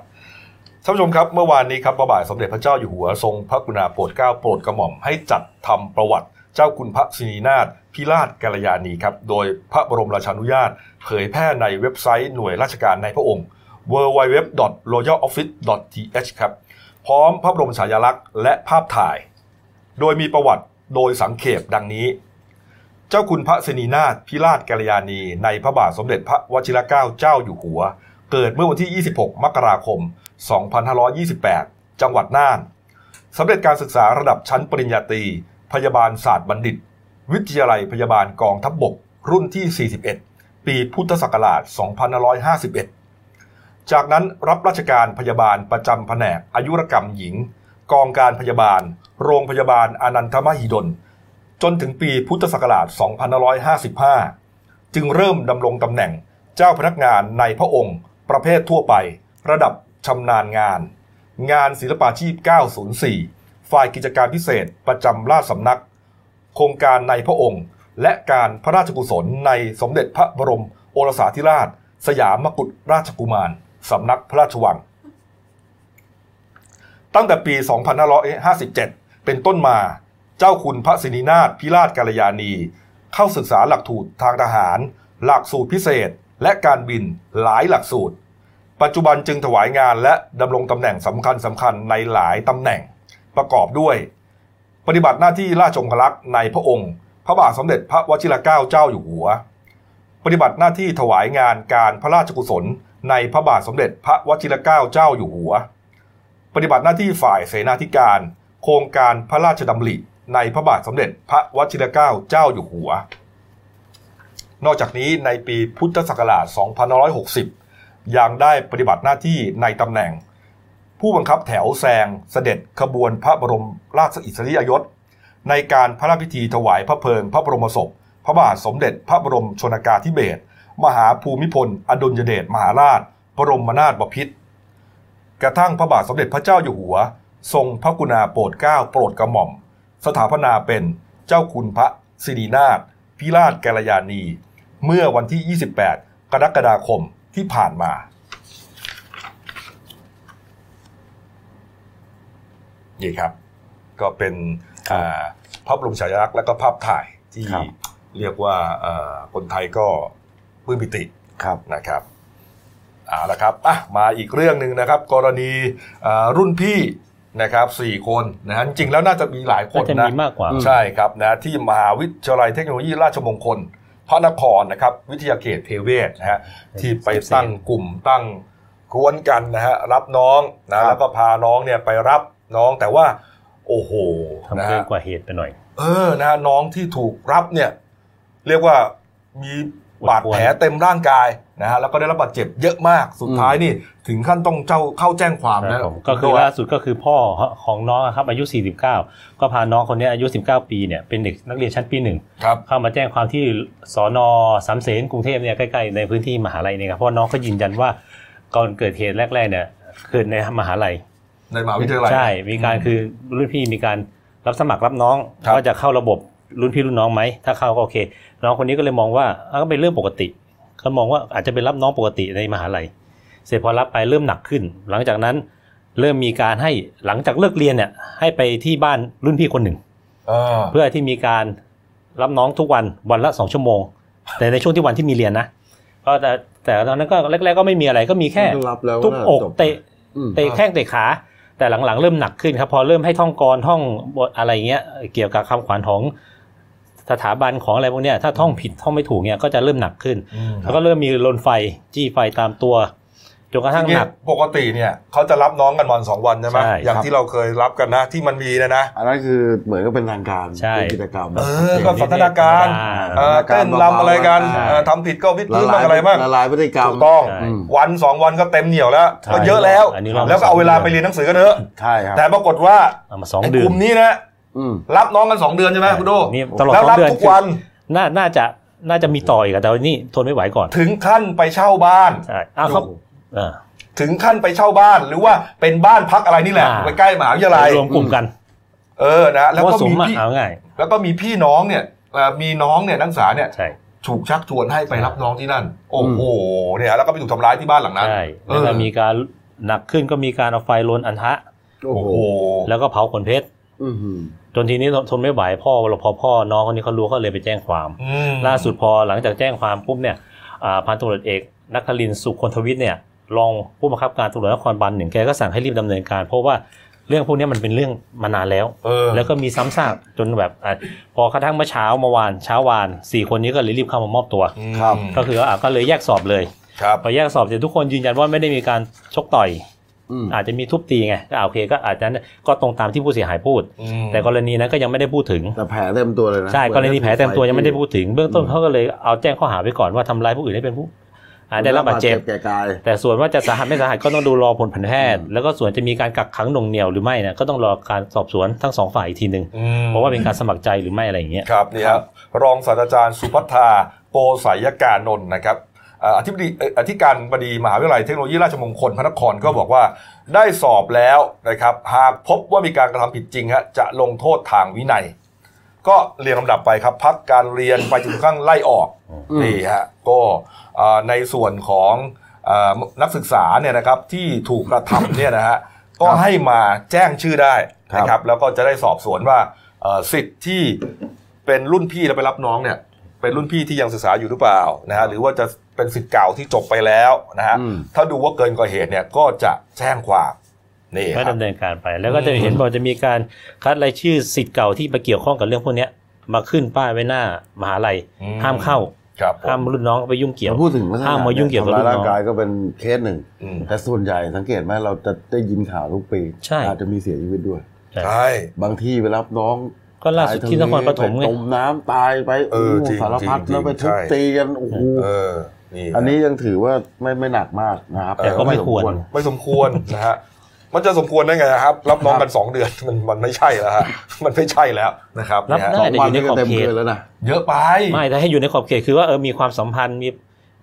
S1: ท่านผู้ชมครับเมื่อวานนี้ครับพระบาทสมเด็จพระเจ้าอยู่หัวทรงพระกรุณาโปรดเกล้าโปรดกระหม่อมให้จัดทำประวัติเจ้าคุณพระศรีนาถพิราชกัลยาณีครับ โดยพระบรมราชานุญาต เผยแพร่ในเว็บไซต์หน่วยราชการในพระองค์ www.royaloffice.th ครับ พร้อมพระบรมฉายาลักษณ์และภาพถ่าย โดยมีประวัติโดยสังเขปดังนี้ เ จ้าคุณพระสินีนาถพิราชกัลยาณี ในพระบาทสมเด็จพระวชิรเกล้าเจ้าอยู่หัว เกิดเมื่อวันที่ 26 มกราคม 2528 จังหวัดน่านสำเร็จการศึกษาระดับชั้นปริญญาตรี พยาบาลศาสตร์บัณฑิต วิทยาลัยพยาบาลกองทัพบบก รุ่นที่ 41 ปีพุทธศักราช 2551 จากนั้นรับราชการพยาบาลประจำแผนกอายุรกรรมหญิง กองการพยาบาล โรงพยาบาลอานันทมหิดล จนถึงปีพุทธศักราช 2555 จึงเริ่มดำรงตำแหน่งเจ้าพนักงานในพระองค์ ประเภททั่วไป ระดับชำนาญงาน งานศิลปาชีพ 904 ฝ่ายกิจการพิเศษประจำราชสำนัก โครงการในพระองค์ และการพระราชกุศลในสมเด็จพระบรมโอรสาธิราช สยามกุฎราชกุมาร สำนักพระราชวัง ตั้งแต่ปี 2557 เป็นต้นมา เจ้าคุณพระสินีนาถพิราชกาลยานี เข้าศึกษาหลักถูกทางทหาร หลักสูตรพิเศษ และการบินหลายหลักสูตร ปัจจุบันจึงถวายงานและดำรงตำแหน่งสำคัญสำคัญๆในหลายตำแหน่ง ประกอบด้วย ปฏิบัติหน้าที่ราชองครักษ์ในพระองค์ พระบาทสมเด็จพระวชิรเกล้าเจ้าอยู่หัว ปฏิบัติหน้าที่ถวายงานการพระราชกุศล ในพระบาทสมเด็จพระวชิรเกล้าเจ้าอยู่หัว ปฏิบัติหน้าที่ฝ่ายเสนาธิการ โครงการพระราชดำริ ในพระบาทสมเด็จพระวชิรเกล้าเจ้าอยู่หัว นอกจากนี้ในปีพุทธศักราช 2560 ยังได้ปฏิบัติหน้าที่ในตำแหน่ง ผู้บังคับแถวแซงเสด็จขบวนพระบรมราชอิสริยยศ ในการพระราชพิธีถวายพระเพลิงพระบรมศพ พระบาทสมเด็จพระบรมชนากาธิเบศรมหาภูมิพล อดุลยเดชมหาราช บรมนาถบพิตร กระทั่งพระบาทสมเด็จพระเจ้าอยู่หัว ทรงพระกรุณาโปรดเกล้าโปรดกระหม่อม สถาปนาเป็นเจ้าคุณพระสิรินาถพิราชกัลยาณี เมื่อวันที่ 28 กรกฎาคมที่ผ่านมา นี่ครับ ก็เป็นอ่าภาพรวมฉายาลักษณ์และก็ภาพถ่ายที่
S2: ครับ
S1: เรียกว่าเอ่อคนไทยก็ปลื้มปิติ
S2: ครับ
S1: นะครับเอาละครับอ่ะมาอีกเรื่องหนึ่งนะครับ กรณีเอ่อรุ่นพี่นะครับสี่คนนะฮะจริงๆแล้วน่าจะมีหลายค
S3: ก็
S1: น
S3: จะ
S1: นะ
S3: มีมากกว่า
S1: ใช่ครับนะที่มหาวิทยาลัยเทคโนโลยีราชมงคล พระนครนะครับ วิทยาเขตเทเวศนะฮะที่ไปตั้งกลุ่มตั้งกวนกันนะฮะรับน้อง
S2: ครั
S1: นะ
S2: บ
S1: แล้วก็พาน้องเนี่ยไปรับน้องแต่ว่า โอ้โห
S3: ทำ
S1: นะ
S3: เกิน
S1: ฮะ
S3: กว่าเหตุไปหน่อย
S1: เออนะฮะน้องที่ถูกรับเนี่ย เรียกว่ามีบาดแผลเต็มร่างกายนะฮะแล้วก็ได้รับบาดเจ็บเยอะมากสุดท้ายนี่ ถึงขั้นต้องเจ้าเข้าแจ้งความ
S3: ค
S1: นะ
S3: รับผมก็คือ
S1: โดย
S3: ล่าสุดก็คือพ่อของน้องอะครับอายุ 49 ก็พาน้องคนเนี้ยอายุ 19 ปีเนี่ยเป็นเด็กนักเรียนชั้นปีหนึ่ง
S1: ครับ
S3: เข้ามาแจ้งความที่สอนอสามเสนกรุงเทพเนี่ยใกล้ๆในพื้นที่มหาลัยเนี่ยครับเพราะน้องเขายืนยันว่าก่อนเกิดเหตุแรกๆเนี่ยเกิดในมหาลัย
S1: ในมหาวิทยาลัย
S3: ใช่มีการคือรุ่นพี่มีการรับสมัครรับน้อง
S1: ครับ
S3: ว่าจะเข้าระบบรุ่นพี่รุ่นน้องไหมถ้าเข้าก็โอเคน้องคนนี้ก็เลยมองว่าอ่ะก็เป็นเรื่องปกติเขามองว่าอาจจะเป็นรับน้องปกติในมหาลัย เสร็จพอรับไปเริ่มหนักขึ้น หลังจากนั้นเริ่มมีการให้หลังจากเลิกเรียนเนี่ยให้ไปที่บ้านรุ่นพี่คนหนึ่ง
S1: เออ
S3: เพื่อที่มีการรับน้องทุกวันวันละสองชั่วโมง แต่ในช่วงที่วันที่มีเรียนนะก็แต่แต่ตอนนั้นก็แรกๆก็ไม่มีอะไรก็มีแค่
S2: ต้องรับแล้ว
S3: ทุบอก
S2: จบ
S3: เตะ
S2: อืม
S3: เตะแข้งเตะขาแต่หลังๆเริ่มหนักขึ้นครับพอเริ่มให้ท่องกรท่องบทอะไรเงี้ยเกี่ยวกับคำขวัญของสถาบันของอะไรพวกเนี้ยถ้าท่องผิดท่องไม่ถูกเนี่ยก็จะเริ่มหนักขึ้น
S1: อืม
S3: แล้วก็เริ่มมีลนไฟจี้ไฟตามตัวจนกระทั่ง
S1: ที
S3: ห
S1: นี้
S3: นัก
S1: ปกติเนี่ยเขาจะรับน้องกันวันสองวันใช่ไหม
S3: ใช่
S1: อย่าง
S2: ครับ
S1: ที่เราเคยรับกันนะที่มันมีนะนะ
S2: อันนั้นคือเหมือนก็เป็นทางการ
S3: ใช่
S2: เป็นกิจกรรม
S1: เออก็ สันทนาการ
S3: อ่
S1: เออเต้นรำอะไรกันเออทำผิดก็วิทย์
S2: ละ
S1: พื้น
S2: ลา
S1: บ้าย งอะไรบ้าง
S2: ละลายพฤติกรรม
S1: ถูกต้อง
S3: ใช่
S2: อืม
S1: วันสองวันก็เต็มเหนียวแล้ว
S3: ใช่
S1: ก็เยอะแล้ว
S3: อันนี้เรา
S1: แล้วก็เอาเวลาไปเรียนหนังสือกันเถอะ
S2: ใช่ครับ
S1: แต่ปรากฏว่า
S3: เอามาสอง
S1: ไอ้ก
S3: เดือน
S1: ลุ่มนี้นะ
S2: อืม
S1: รับน้องกัน 2 เดือนใช่ไหมคุณโด
S3: นี่ตลอด
S1: แล้ว
S3: สอง
S1: รับ
S3: เดือน
S1: ทุกวัน
S3: น่าน่าจะน่าจะมีต่ออีกอะแต่วันนี้ทนไม่ไหวก่อน
S1: ถึงขั้นไปเช่าบ้าน
S3: ใช่อ้าวเขาเออ
S1: ถึงขั้นไปเช่าบ้านหรือว่าเป็นบ้านพักอะไรนี่แหละ
S3: อ่า
S1: ไปใกล้มหาวิทยาลัย
S3: รวมกลุ่มกัน
S1: เออนะแล้ว
S3: มั่ว
S1: ก็
S3: สุม
S1: มี
S3: อะ
S1: พี่
S3: เอาง่าย
S1: แล้วก็มีพี่น้องเนี่ยเอ่อมีน้องเนี่ยนักศึกษาเนี่ย
S3: ใช่
S1: ถูกชักชวนให้ไปรับน้องที่นั่น โอ้โหเนี่ยแล้วก็ไปถูกทำร้ายที่บ้านหลังนั้น
S3: ใช่
S1: เอ
S3: แล้ว
S1: อ
S3: ก็มีการหนักขึ้นก็มีการเอาไฟลนอันทะ
S2: โอ้
S1: โอ้
S2: โห
S1: โห
S3: แล้วก็เผาขนเพชร
S2: อื้อหือ
S3: จนทีนี้ทนไม่ไหวพ่อรพอพ่อน้องคนนี้เขารู้เขาเลยไปแจ้งความ
S1: อืม
S3: ล่าสุดพอหลังจากแจ้งความปุ๊บเนี่ยอ่าพันตำรวจเอกนักคลินทร์สุคนทวิทย์เนี่ยรองผู้บังคับการตำรวจนครบาลหนึ่งแกก็สั่งให้รีบดำเนินการ เพราะว่า เรื่องพวกเนี้ยมันเป็นเรื่องมานานแล้ว
S1: เออ
S3: แล้วก็มีซ้ำซากจนแบบอ่ะพอกระทั่งเมื่อเช้าเมื่อวานเช้าวานสี่คนนี้ก็เลยรีบเข้ามามอบตัว
S2: ครับ
S3: ก็คืออ่ะก็เลยแยกสอบเลย
S1: ครับ
S3: พอแยกสอบเสร็จทุกคนยืนยันว่าไม่ได้มีการชกต่อย
S2: อืม
S3: อาจจะมีทุบตีไงก็อ่ะโอเคก็อาจจะก็ตรงตามที่ผู้เสียหายพูด
S1: อืม
S3: แต่กรณีนั้นก็ยังไม่ได้พูดถึง
S2: แต่แผลเต็มตัวเลยนะ
S3: ใช่กรณีแผลเต็มตัวยังไม่ได้พูดถึงเบื้องต้น
S2: อืม
S3: เขาก็เลยเอาแจ้งข้อหาไว้ก่อนว่าทำร้ายผู้อื่นให้เป็นผู้อ่าได้รับบาดเจ็บ
S2: แก่กาย
S3: แต่ส่วนว่าจะสาหัสไม่สาหัสก็ต้องดูรอผลผันแพทย์
S2: อืม
S3: แล้วก็ส่วนจะมีการกักขังหน่วงเหนี่ยวหรือไม่นะก็ต้องรอการสอบสวนทั้งสองฝ่ายอีกทีหนึ่ง
S1: อืม
S3: เพราะว่าเป็นการสมัครใจหรือไม่อะไรอย่างเงี้ย
S1: ครับนี่ครับรองศาสตราจารย์สุพัทธาโปสายกานนท์นะครับอ่าอธิบดีเอ่ออธิการบดีมหาวิทยาลัยเทคโนโลยีราชมงคลพระนครก็บอกว่า ได้สอบแล้วนะครับหากพบว่ามีการกระทำผิดจริงฮะจะลงโทษทางวินัย ก็เรียงลำดับไปครับพักการเรียนไปจนกระทั่งไล่ออก
S2: อืม
S1: นี่ฮะก็เอ่อในส่วนของเอ่อนักศึกษาเนี่ยนะครับที่ถูกกระทำเนี่ยนะฮะก็ให้มาแจ้งชื่อได้
S2: ครับ
S1: นะครับ แล้วก็จะได้สอบสวนว่าเอ่อสิทธิ์ที่เป็นรุ่นพี่แล้วไปรับน้องเนี่ย เป็นรุ่นพี่ที่ยังศึกษาอยู่หรือเปล่านะฮะหรือว่าจะเป็นสิทธิ์เก่าที่จบไปแล้วนะฮะ
S2: อืม
S1: ถ้าดูว่าเกินกว่าเหตุเนี่ยก็จะแจ้งความนี่ค
S3: ก็
S1: รับ
S3: ดำเนินการไปแล้วก็จะเห็น
S1: อืม
S3: บอกจะมีการคัดรายชื่อสิทธิ์เก่าที่ไปเกี่ยวข้องกับเรื่องพวกเนี้ยมาขึ้นป้ายไว้หน้ามหาลัย ห้ามเข้า
S1: ครับผ
S3: ห้าม
S1: ม
S3: รุ่นน้องไปยุ่งเกี่ยว
S2: เราพูดถึงลักษณะ
S3: ห้ามมายุ่งเกี่ยวกับ
S2: ทำร้
S3: ลูกน้อง
S2: ร่างกายก็เป็นเคสหนึ่ง
S1: อืม
S2: แต่ส่วนใหญ่สังเกตไหมเราจะได้ยินข่าวทุกปี
S3: ใช่
S2: อาจจะมีเสียชีวิตด้วย
S1: ใช่
S2: บางที่ไปรับน้อง
S3: ก็ล่าสุดที่นครปฐมไง
S2: ปจมน้ำตายไป
S1: เออ
S2: โโห
S1: จริง
S2: สารพัด
S1: จริง
S2: แล้วไปทุบ
S1: ใช่
S2: ตีกันโอ้โห
S1: เออนี่ฮะ
S2: อันนี้ยังถือว่าไม่ไม่หนักมากนะครับ
S1: แต่ก็
S2: ส
S3: ไม่ควร
S1: ไม่สมควร นะฮะ มันจะสมควรได้ไงนะครับ รับน้องกัน 2 เดือน มันมันไม่ใช่แล้วฮะ มันไม่ใช่แล้วนะครับ
S3: รับ
S1: นะฮะ
S3: ได้
S2: สองวัน
S3: แต่อยู่ใน
S2: นี่ก็เต็ม
S3: ขอบเขต
S2: เกินแล้วนะ
S1: เยอะไป
S3: ไม่ถ้าให้อยู่ในขอบเขตคือว่าเออมีความสัมพันธ์มี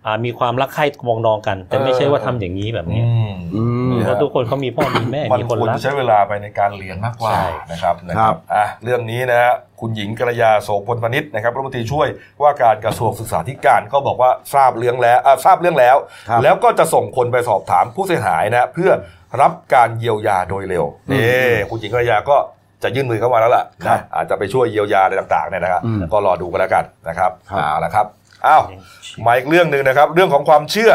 S3: อ่ามีความรักใคร่มองดองกัน แต่ไม่ใช่ว่าทำอย่างนี้แบบ
S1: อื
S3: เนี้ย
S1: ม
S2: อืม
S3: เพราะทุกคนเขามีพ่อมีแม่
S1: มัน
S3: มี
S1: ค
S3: คน
S1: วร
S3: รัก
S1: จะใช้เวลาไปในการเรียนมากกว่า
S3: ใช่
S1: นะครับนะค
S2: ครั
S1: รับบ อ่ะเรื่องนี้นะฮะคุณหญิงกระยาโสพลพนิษฐ์นะครับรัฐมนตรีช่วยว่าการกระทรวงศึกษาธิการก็บอกว่าทราบเรื่องแล้วอ่ะทราบเรื่องแล้ว
S2: ครับ
S1: แล้วก็จะส่งคนไปสอบถามผู้เสียหายนะ เพื่อรับการเยียวยาโดยเร็ว
S2: อืม
S1: นี่คุณหญิงกระยาก็จะยื่นมือเข้ามาแล้วล่ะ
S2: ครั
S1: นะ
S2: บ
S1: อาจจะไปช่วยเยียวยาอะไรต่างๆเนี่ยนะครับ
S2: อืม
S1: ก็รอดูกันแล้วกันนะครับ
S2: ครับ
S1: เอาละครับอ้าวมาอีกเรื่องหนึ่งนะครับ เรื่องของความเชื่อ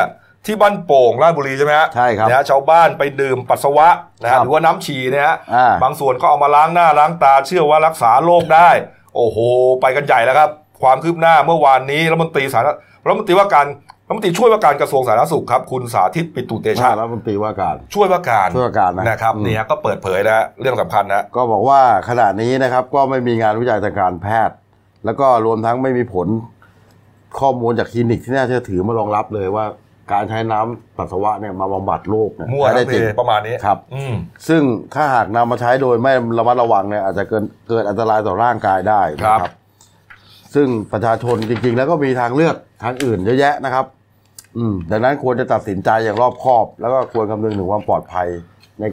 S1: ที่บ้านโป่งราชบุรีใช่ไหมฮะ
S2: ใช่ครับ
S1: นะฮะชาวบ้านไปดื่มปัสสาวะนะ
S2: ครั
S1: ฮะ
S2: บ
S1: หรือว่าน้ำฉี่เนะฮะ
S2: อ่า
S1: บางส่วนก็เอามาล้างหน้าล้างตาเชื่อว่ารักษาโรคได้ โอ้โห ไปกันใหญ่แล้วครับ ความคืบหน้าเมื่อวานนี้รัฐมนตรีสาธารณรัฐมนตรีว่าการรัฐมนตรีช่วยว่าการกระทรวงสาธารณสุขครับ คุณสาธิตปิตุเตชะ
S2: ชาติรัฐมนตรีว่าการ
S1: ช่วยว่าการ
S2: ช่วยว่าการนะ
S1: นะครับ
S2: อืม
S1: เนี่ยก็เปิดเผยนะเรื่องสำคัญนะ
S2: ก็บอกว่าขณะนี้นะครับก็ไม่มีงานวิจัยทางการแพทย์ แล้วก็รวมทั้งไม่มีผลข้อมูลจากคลินิกที่น่าเชื่อถือมารองรับเลยว่าการใช้น้ำปัสสาวะเนี่ยมาบำบัดโรคเนี่ย
S1: มั่ว
S2: ใช้
S1: ทั้
S2: ได้
S1: ง
S2: จ
S1: เพ
S2: ริง
S1: ประมาณนี้
S2: ครับ
S1: อืม
S2: ซึ่งถ้าหากนำมาใช้โดยไม่ระมัดระวังเนี่ยอาจจะเกิดเกิดอันตรายต่อร่างกายได้
S1: ค
S2: นะ
S1: รับ
S2: ครับ ซึ่งประชาชนจริง ๆ แล้วก็มีทางเลือกทางอื่นเยอะแยะนะครับ อืมดังนั้นควรจะตัดสินใจอย่างรอบคอบ แล้วก็ควรคำนึงถึงความปลอดภัยใน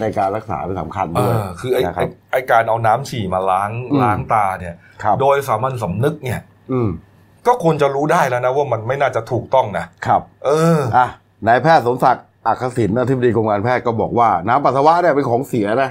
S2: ในการรักษาเป็นสำคัญ
S1: เอ
S2: ด้วย
S1: อคือไอ้
S2: นะค
S1: ไอ้
S2: รับ
S1: ไอ้การเอาน้ำฉี่มาล้าง
S2: อืม
S1: ล้างตาเนี่ย
S2: ครับ
S1: โดยสามัญสำนึกเนี่ย
S2: อืม
S1: ก็ควรจะรู้ได้แล้วนะว่ามันไม่น่าจะถูกต้องนะครับ เออ
S2: อ่ะนายแพทย์สมศักดิ์อักษิณอธิบดีกรมการแพทย์ก็บอกว่า น้ำปัสสาวะเนี่ยเป็นของเสียนะ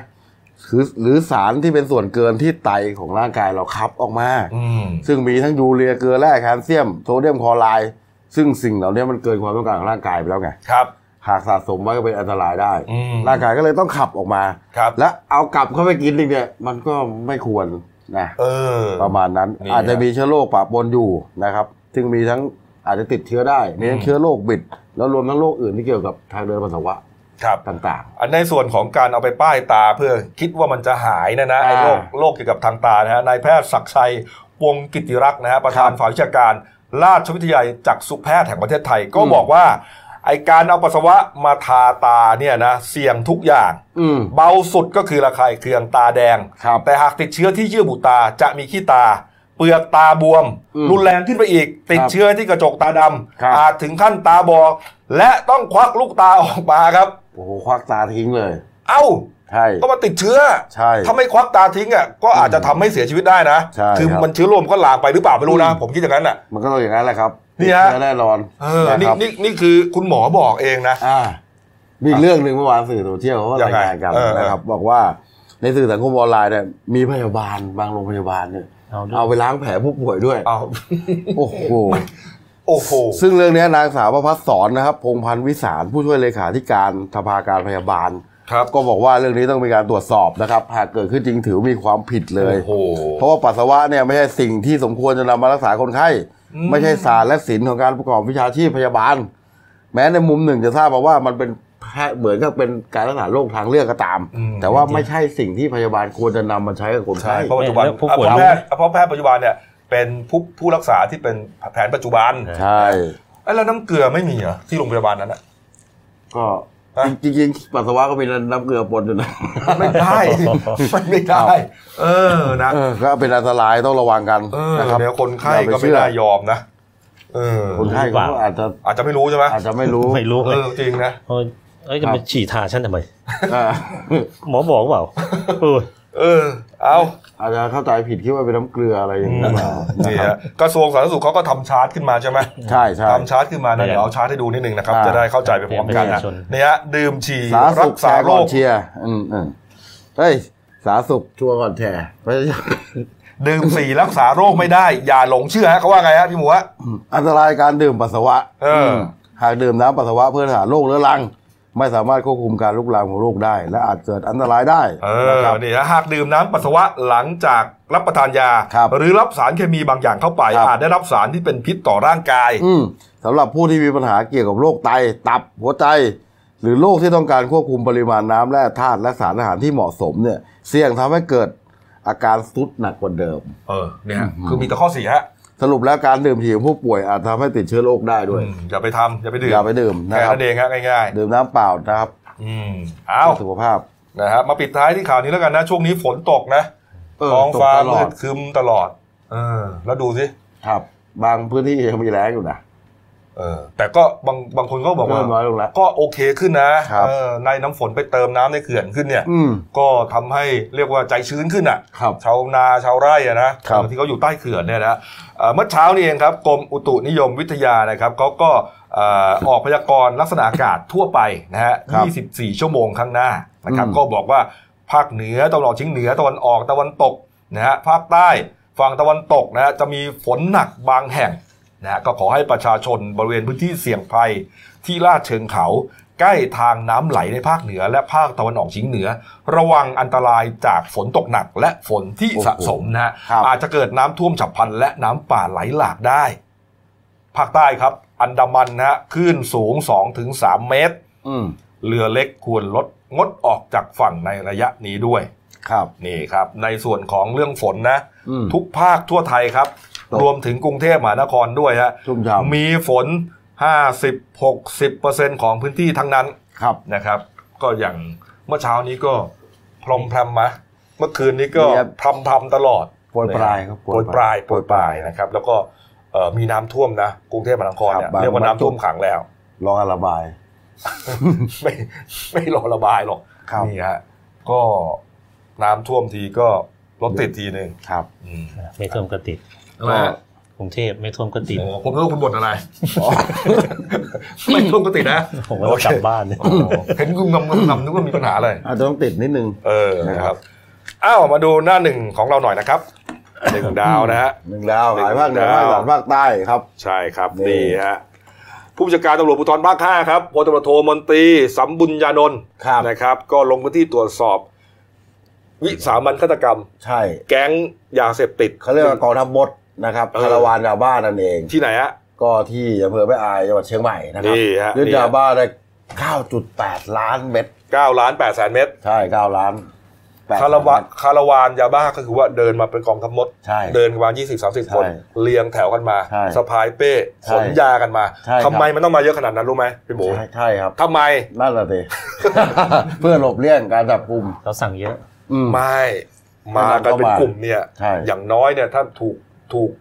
S2: คือหรือสารที่เป็นส่วนเกินที่ไตของร่างกายเราขับออกมา
S1: อืม
S2: ซึ่งมีทั้งยูเรียเกลือแร่แคลเซียมโซเดียมคลอไรด์ซึ่งสิ่งเหล่านี้มันเกินความต้องการของร่างกายไปแล้วไง
S1: ครับ
S2: หากสะสมไว้ก็เป็นอันตรายได้
S1: อืม
S2: ร่างกายก็เลยต้องขับออกมา
S1: ครับ
S2: และเอากลับเข้าไปกินอีกเนี่ยมันก็ไม่ควรนะ
S1: เออ
S2: ประมาณนั้น
S1: นี่
S2: อาจจะมีเชื้อโรคปะปนอยู่นะครับ ซึ่งมีทั้งอาจจะติดเชื้อได้มีทั้
S1: อื
S2: ง
S1: ม
S2: เชื้อโรคบิด แล้วรวมทั้งโรคอื่นที่เกี่ยวกับทางเดินปัสสาวะ
S1: ครับ
S2: ต่าง
S1: อันในส่วนของการเอาไปป้ายตาเพื่อคิดว่ามันจะหายเนะนะไอ้
S2: อ่า
S1: โรคโรคเกี่ยวกับทางตานะฮะนายแพทย์ศักดิ์ชัยวงศ์กิติรักษ์นะฮะประธาน
S2: ครับ
S1: ฝ่ายวิชาการราชวิทยาลัยจักษุแพทย์แห่งประเทศไทย ก็
S2: อืม
S1: บอกว่า ไอการเอาปัสสาวะมาทาตาเนี่ยนะเสี่ยงทุกอย่าง
S2: ๆ อืม
S1: เบาสุดก็คือระคายเคืองตาแดง
S2: ครับ
S1: แต่หากติดเชื้อที่เยื่อบุตาจะมีขี้ตา เปลือกตาบวม
S2: อืม
S1: รุนแรงขึ้นไปอีก ติดเชื้อที่กระจกตาด
S2: ครับ
S1: ำอาจถึงขั้นตาบอดและต้องควักลูกตาออกมาครับ
S2: โอ้โหควักตาทิ้งเลย
S1: เอ้า
S2: ใช่
S1: ก็มาติดเชื้อ
S2: ใช่
S1: ถ้าไม่ควักตาทิ้งอ่ะก็อาจจะทำให้เสียชีวิตได้นะ
S2: ใช่
S1: คือ
S2: ครับ
S1: มันเชื้อโรคมนก็ลามไปหรือเปล่าไม่รู้นะ ผมคิดอย่างนั้นอ่ะ
S2: มันก็ต้องอย่างนั้นแหละครับ
S1: นี่ฮะ
S2: ติดเชื้อแน่นอน
S1: เออ
S2: ะ
S1: นี่
S2: ครับ
S1: นี่นี่คือคุณหมอบอกเองนะ
S2: อ่ามีอีกเรื่องหนึ่งเมื่อวานสื่อโซเชียลเขาก็รายงานกัน
S1: ยังไงเออ
S2: นะครับ บอกว่าในสื่อสังคมออนไลน์เนี่ยมีพยาบาลบางโรงพยาบาลเนี่ย
S3: เอาด้วย
S2: เอาไปล้างแผลผู้ป่วยด้วย
S1: เอา
S2: โอ้โห
S1: โอ้โห
S2: ซึ่งเรื่องเนี้ยนางสาวประพัฒสอนนะครับ พงษ์พันธ์วิสารผู้ช่วยเลขาธิการสภาการพยาบาล
S1: ครับ
S2: ก็บอกว่าเรื่องนี้ต้องมีการตรวจสอบนะครับ หากเกิดขึ้นจริงถือมีความผิดเลย
S1: โอ้โห
S2: เพราะว่าปัสสาวะเนี่ยไม่ใช่สิ่งที่สมควรจะนำมารักษาคนไข้
S1: อื
S2: ไม่ใช่ศาสตร์และศิลป์ของการประกอบวิชาชีพพยาบาล แม้ในมุมหนึ่งจะทราบมาว่ามันเป็นแพทย์เหมือนกับเป็นการรักษาโรคทางเลือกก็ตาม
S1: อืม
S2: แต่ว่าไม่ใช่สิ่งที่พยาบาลควรจะนำมาใช้กับคน
S1: ใช่
S2: ไข้
S1: เพราะปัจจุบัน
S4: แล้วผู้ป่วย
S1: อ่ะเพราะแพทย์เพราะแพทย์ปัจจุบันเนี่ยเป็นผู้ผู้รักษาที่เป็นแผนปัจจุบัน
S2: ใช่
S1: เอ้ยแล้วน้ำเกลือไม่มีเหรอที่โรงพยาบาลนั้นอะ
S2: ก็
S1: อ่ะ
S2: จริงๆปัสสาวะก็มีน้ำเกลือปนอยู่นะ
S1: ไม่ได้ มันไม่ได้ เออนะ
S2: เออก็เป็นอันตรายต้องระวังกัน
S1: เออ
S2: นะครับ
S1: แล้วคนไข้
S2: อย่าไป
S1: ก็ไม่
S2: เชื่อ
S1: ได้ยอมนะ เออ
S2: คนไข้เขาอาจจะ
S1: อาจจะไม่รู้ใช่ไหม
S2: อาจจะไม่รู้
S4: ไม่รู้
S1: เอ
S4: เลย
S1: อจริงนะ
S4: เออเอ้ยจะ
S2: ครั
S4: มา
S2: บ
S4: ฉี่ทาฉันทำไม
S2: อ่า
S4: หมอบอก เปล่าเออ
S1: เออ เอา
S2: อาจจะเข้าใจผิดคิดว่าเป็นน้ำเกลืออะไรอย่างเงี้ย
S4: อืม
S1: นี่ฮะกระทรวงสาธารณสุขเขาก็ทำชาร์ตขึ้นมาใช่ไหม
S2: ใช่ใช่
S1: ทำชาร์ตขึ้นมานะเดี๋ยวเอาชาร์ตให้ดูนิดนึงนะครับ
S2: อ่า
S1: จะได้เข้าใจไปพร้อมกัน
S4: เป็นประ
S1: นะ
S4: ชาชน
S1: เนี่ยฮะดื่มฉี่
S2: สาธารณ
S1: รั
S2: สุ
S1: ก
S2: ขแช
S1: ษา
S2: ร์
S1: โร
S2: ก่อน
S1: ค
S2: เชียร์อืมอืมเฮ้ยสาธารณสุขชัวร์ก่อนแชร์ไม่ใช่
S1: ดื่มสี่รักษาโรคไม่ได้ อย่าหลงเชื่อฮะเขาว่าไงฮะพี่หมูฮะ
S2: อันตรายการดื่มปัสสาวะ
S1: เอออื
S2: มหากดื่มน้ำปัสสาวะเพื่อหาโรคเรื้อรัง ไม่สามารถควบคุมการลุกลามของโรคได้ และอาจเกิดอันตรายได้
S1: เอ
S2: นะ
S1: อ
S2: ครับ
S1: นี่ฮะหากดื่มน้ำปัสสาวะหลังจากรับประทานยา
S2: ครับ
S1: หรือรับสารเคมีบางอย่างเข้าไป
S2: ครับ
S1: อาจได้รับสารที่เป็นพิษต่อร่างกาย
S2: อืมสำหรับผู้ที่มีปัญหาเกี่ยวกับโรคไต ตับ หัวใจ หรือโรคที่ต้องการควบคุมปริมาณน้ำและธาตุและสารอาหารที่เหมาะสมเนี่ย เสี่ยงทำให้เกิดอาการทรุดหนักกว่าเดิม
S1: เออเนี่ยฮะคือมีแต่ข้อเสียฮะ
S2: สรุปแล้วการดื่มถี่ของผู้ป่วยอาจทำให้ติดเชื้อโรคได้ด้วย
S1: อืมอย่าไปทำอย่าไปดื่ม
S2: อย่าไปดื่มนะ
S1: แค่
S2: ครับ
S1: นั้นเองฮะง่าย
S2: ดื่มน้ำเปล่านะครับ
S1: ๆอืมเอา
S2: สุขภาพ
S1: นะฮะมาปิดท้ายที่ข่าวนี้แล้วกันนะ ช่วงนี้ฝนตกนะ
S2: เออ
S1: ท้องฟ้า
S2: ตกตล
S1: มื
S2: อ
S1: ด
S2: ด
S1: ครึมตลอด เออ แล้วดูสิ
S2: ครับ บางพื้นที่ยังมีแรงอยู่นะ
S1: เออ แต่ก็บางบางคนก็บอกว่า
S2: เริ่มน้อยลงแล้ว
S1: ก็โอเคขึ้นนะครับ เออในน้ำฝนไปเติมน้ำในเขื่อนขึ้นเนี่ย
S2: อืม
S1: ก็ทำให้เรียกว่าใจชื้นขึ้นอ่ะ
S2: ครับ
S1: ชาวนาชาวไร่อะนะครับ ที่เขาอยู่ใต้เขื่อนเนี่ยนะเอ่อเมื่อเช้านี้เองครับกรมอุตุนิยมวิทยานะครับเขาก็เอ่อออกพยากรณ์ลักษณะอากาศทั่วไปนะฮะ
S2: ครับ
S1: 24 ชั่วโมงข้างหน้านะครับ
S2: อืม
S1: ก็บอกว่าภาคเหนือตะวันออกเฉียงเหนือตะวันออกตะวันตกนะฮะภาคใต้ฝั่งตะวันตกนะฮะจะมีฝนหนักบางแห่งนะฮะก็ขอให้ประชาชนบริเวณพื้นที่เสี่ยงภัยที่ลาดเชิงเขา ใกล้ทางน้ำไหลในภาคเหนือ และภาคตะวันออกเฉียงเหนือ ระวังอันตรายจากฝนตกหนักและฝนที่
S2: โอ้โห
S1: สะสมนะฮะ
S2: ครับ
S1: อาจจะเกิดน้ำท่วมฉับพลันและน้ำป่าไหลหลากได้ ภาคใต้ครับ อันดามันนะฮะคลื่นสูง 2-3 เมตร
S2: อืม
S1: เรือเล็กควรลดงดออกจากฝั่งในระยะนี้ด้วย
S2: ครับ
S1: นี่ครับ ในส่วนของเรื่องฝนนะ
S2: อืม
S1: ทุกภาคทั่วไทยครับ
S2: ตก
S1: รวมถึงกรุงเทพมหานครด้วยฮะ
S2: ชุ่มฉ่
S1: มีฝน 50-60%ของพื้นที่ทั้งนั้น
S2: ำครับ
S1: นะครับก็อย่างเมื่อเช้านี้ก็พรมพรมๆมาเมื่อคืนนี้ก็
S2: เนี่ย
S1: พรำพรำๆตลอด
S2: โปรยปลายครับ
S1: โปรยปลายโปรยปลายนะครับ แล้วก็เอ่อมีน้ำท่วมนะกรุงเทพมหานครเนี่ย
S2: ครับบาง
S1: เรียกว่า
S2: บาง
S1: น้ำท่วม
S2: จุด
S1: ขังแล้ว
S2: รอการระบาย
S1: ไม่ไม่รอระบายหรอก
S2: ครับ
S1: นี่ฮะก็น้ำท่วมทีก็รถติดทีหนึ่ง
S2: ครับ
S1: อืม
S4: ไม่ท่วมกระติด
S1: ว่าก
S4: รุงเทพไม่ท่วมกระติด
S1: โอ้ผมรู้คุณบ่นอะไร
S2: อ๋อ
S1: ไม่ท่วมก็ติดนะ
S4: ผมก็ต้องกลับบ้านเนี่ย
S1: โอ้โหเห็นคุณงำงำนึกว่ามีปัญหาเลย
S2: อาจจะต้องติดนิดนึง
S1: เออ
S2: นะ
S1: นะค
S2: ครั
S1: รับ
S2: บ
S1: อ้าว มาดูหน้าหนึ่งของเราหน่อยนะครับ หนึ่งดาวนะฮะ
S2: หนึ่งดาวหายภาคเหนือ
S1: หนึ่
S2: ภาง ค
S1: ดาว
S2: สานภาคใต้ครับ
S1: ใช่ครับ
S2: นี่
S1: นี่ฮะ ผู้บัญชาการตำรวจภูธรภาค5ครับพลตำรวจโทมนตรีสัมบุญญานนท์
S2: ครับ
S1: นะครับ ก็ลงพื้นที่ตรวจสอบ วิสามันฆาตกรรม
S2: ใช่
S1: แก๊งยาเสพติด
S2: เขาเรียกว่ากองทัพบดนะครับ
S1: เออ
S2: คาราวานยาบ้านั่นเอง
S1: ที่ไหนฮะ
S2: ก็ที่อำเภอแม่อายจังหวัดเชียงใหม่นะครับ
S1: นี่ฮะ
S2: ยึด
S1: นี่
S2: ยา
S1: ฮะ
S2: บ้าได้ 9.8 ล้านเม็ด
S1: เก้าล้านแปดแสนเมตร
S2: ใช่ 9 ล้าน8
S1: คาราวานคาราวานยาบ้าก็คือว่าเดินมาเป็นกองทัพมด
S2: ใช่
S1: เดินกันมา20 30 คน
S2: ใช่
S1: เรียงแถวกันมา
S2: ใช่
S1: สะพายเป้
S2: ใช่
S1: ขนยากันมา
S2: ใช่ครับ
S1: ทำไมมันต้องมาเยอะขนาดนั้นรู้ไหมพี่หมู
S2: ใช่ใช่ครับ
S1: ทำไม
S2: นั่นแหละ สิ เพื่อหลบเลี่ยงการจับกุม
S4: เราสั่งเยอะ
S2: อืม
S1: ไม่มากันเป็นกลุ่มเนี่ย
S2: ใช่
S1: อย่างน้อยเนี่ยถ้าถูกถูก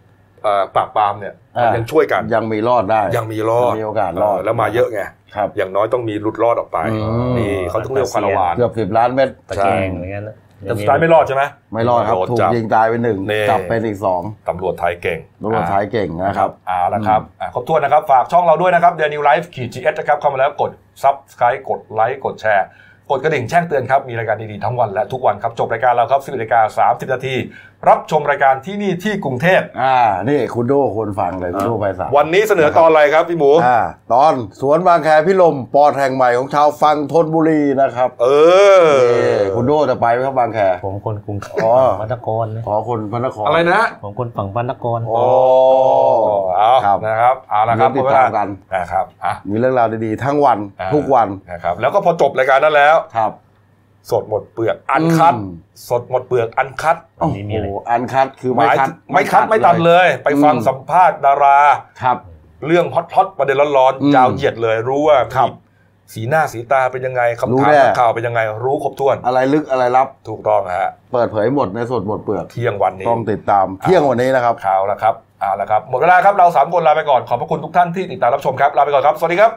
S1: เอ่อปราบปรามเนี่ย
S2: อ่ายั
S1: ยังช่วยกัน
S2: ยังมีรอดได้
S1: ยังมีรอด
S2: ยังมีโอกาสรอด
S1: เแล้วมาเยอะไง
S2: ครับ
S1: อย่างน้อยต้องมีหลุดรอดออกไป
S2: อืม
S1: นี่เขาต้องเรียกคาราวาน
S2: เกือบ 10 ล้านเม็ด
S4: ตะแกรง
S1: ใช่
S4: อะไรเงี้ยนะ
S1: แต่สุดท้ายไม่รอดใช่ไหม
S2: ไม่รอดครับ
S1: โดน
S2: ถู
S1: จั
S2: ก
S1: บ
S2: ยิงตายไปหนึ่ง
S1: นี่
S2: จับเป็นอีกสอง
S1: ตำรวจไทยเก่ง
S2: ตำรวจสายเก่งนะครับ
S1: อ่าละครับอ่ะขอบถ้วนนะครับ ฝากช่องเราด้วยนะครับเดนิวไลฟ์ขีดจีเอสนะครับเข้ามาแล้วกดซับสไครต์กดไลค์กดแชร์กดกระดิ่งแจ้งเตือนครับ มีรายการดีๆทั้งวันและทุกวันครับ จบรายการเราครับ10นาฬิกา30นาที รับชมรายการที่นี่ที่กรุงเทพ
S2: อ่า นี่คุณโดคนฟังเลยคุณโดไปสา
S1: วันนี้เสนอตอนอะไรครับพี่หมู
S2: อ่า ตอนสวนบางแคพิลมปอดแห่งใหม่ของชาวฟังธนบุรีนะครับ
S1: เออ
S2: นี่คุณโดจะไปไหมครับบางแค
S4: ผมคนกรุงเทพ
S2: อ๋อ
S4: มานครนะ
S2: ขอคนพระนคร
S1: อะไรนะ
S4: ผมคนฝั่งพระนคร
S2: โอ้
S1: เอา
S2: ครับ
S1: นะครับเอาละครับ
S2: เดี๋ยวติดตามกัน
S1: นะครับอ่ะ
S2: มีเรื่องราวดีๆ ทั้งวัน
S1: อ่า
S2: ทุกวัน
S1: นะครับแล้วก็พอจบรายการนั้นแล้ว
S2: ครับ
S1: สดหมดเปลือกอันคัด
S2: อืม
S1: สดหมดเปลือกอันคัด
S4: วั
S2: โอ้
S4: นนี้
S2: โห
S4: มีอะไร
S2: อันคัดคือไม่
S1: หาย
S2: คัด
S1: ไม่คัดไม่ตัดเลย ไปฟัง
S2: อืม
S1: สัมภาษณ์ดารา
S2: ครับ
S1: เรื่องฮอตฮอตๆประเด็นร้อน
S2: อืม
S1: ๆยาวเหยียดเลยรู้ว่า
S2: ครับ
S1: มีสีหน้าสีตาเป็นยังไงคำ
S2: รู้
S1: ถาม
S2: แน่
S1: นักข่าวเป็นยังไง รู้ครบถ้วน
S2: อะไรลึกอะไรลับ
S1: ถูกต้องฮะ
S2: เปิดเผยหมดในสดหมดเปลือก
S1: เที่ยงวันนี้
S2: ต้องติดตามเที่ยงวันนี้นะครับ
S1: ข่าวแล้วครับเอาละครับ หมดเวลาครับเราสามคนลาไปก่อนขอบพระคุณทุกท่านที่ติดตามรับชมครับลาไปก่อนครับ สวัสดีครับ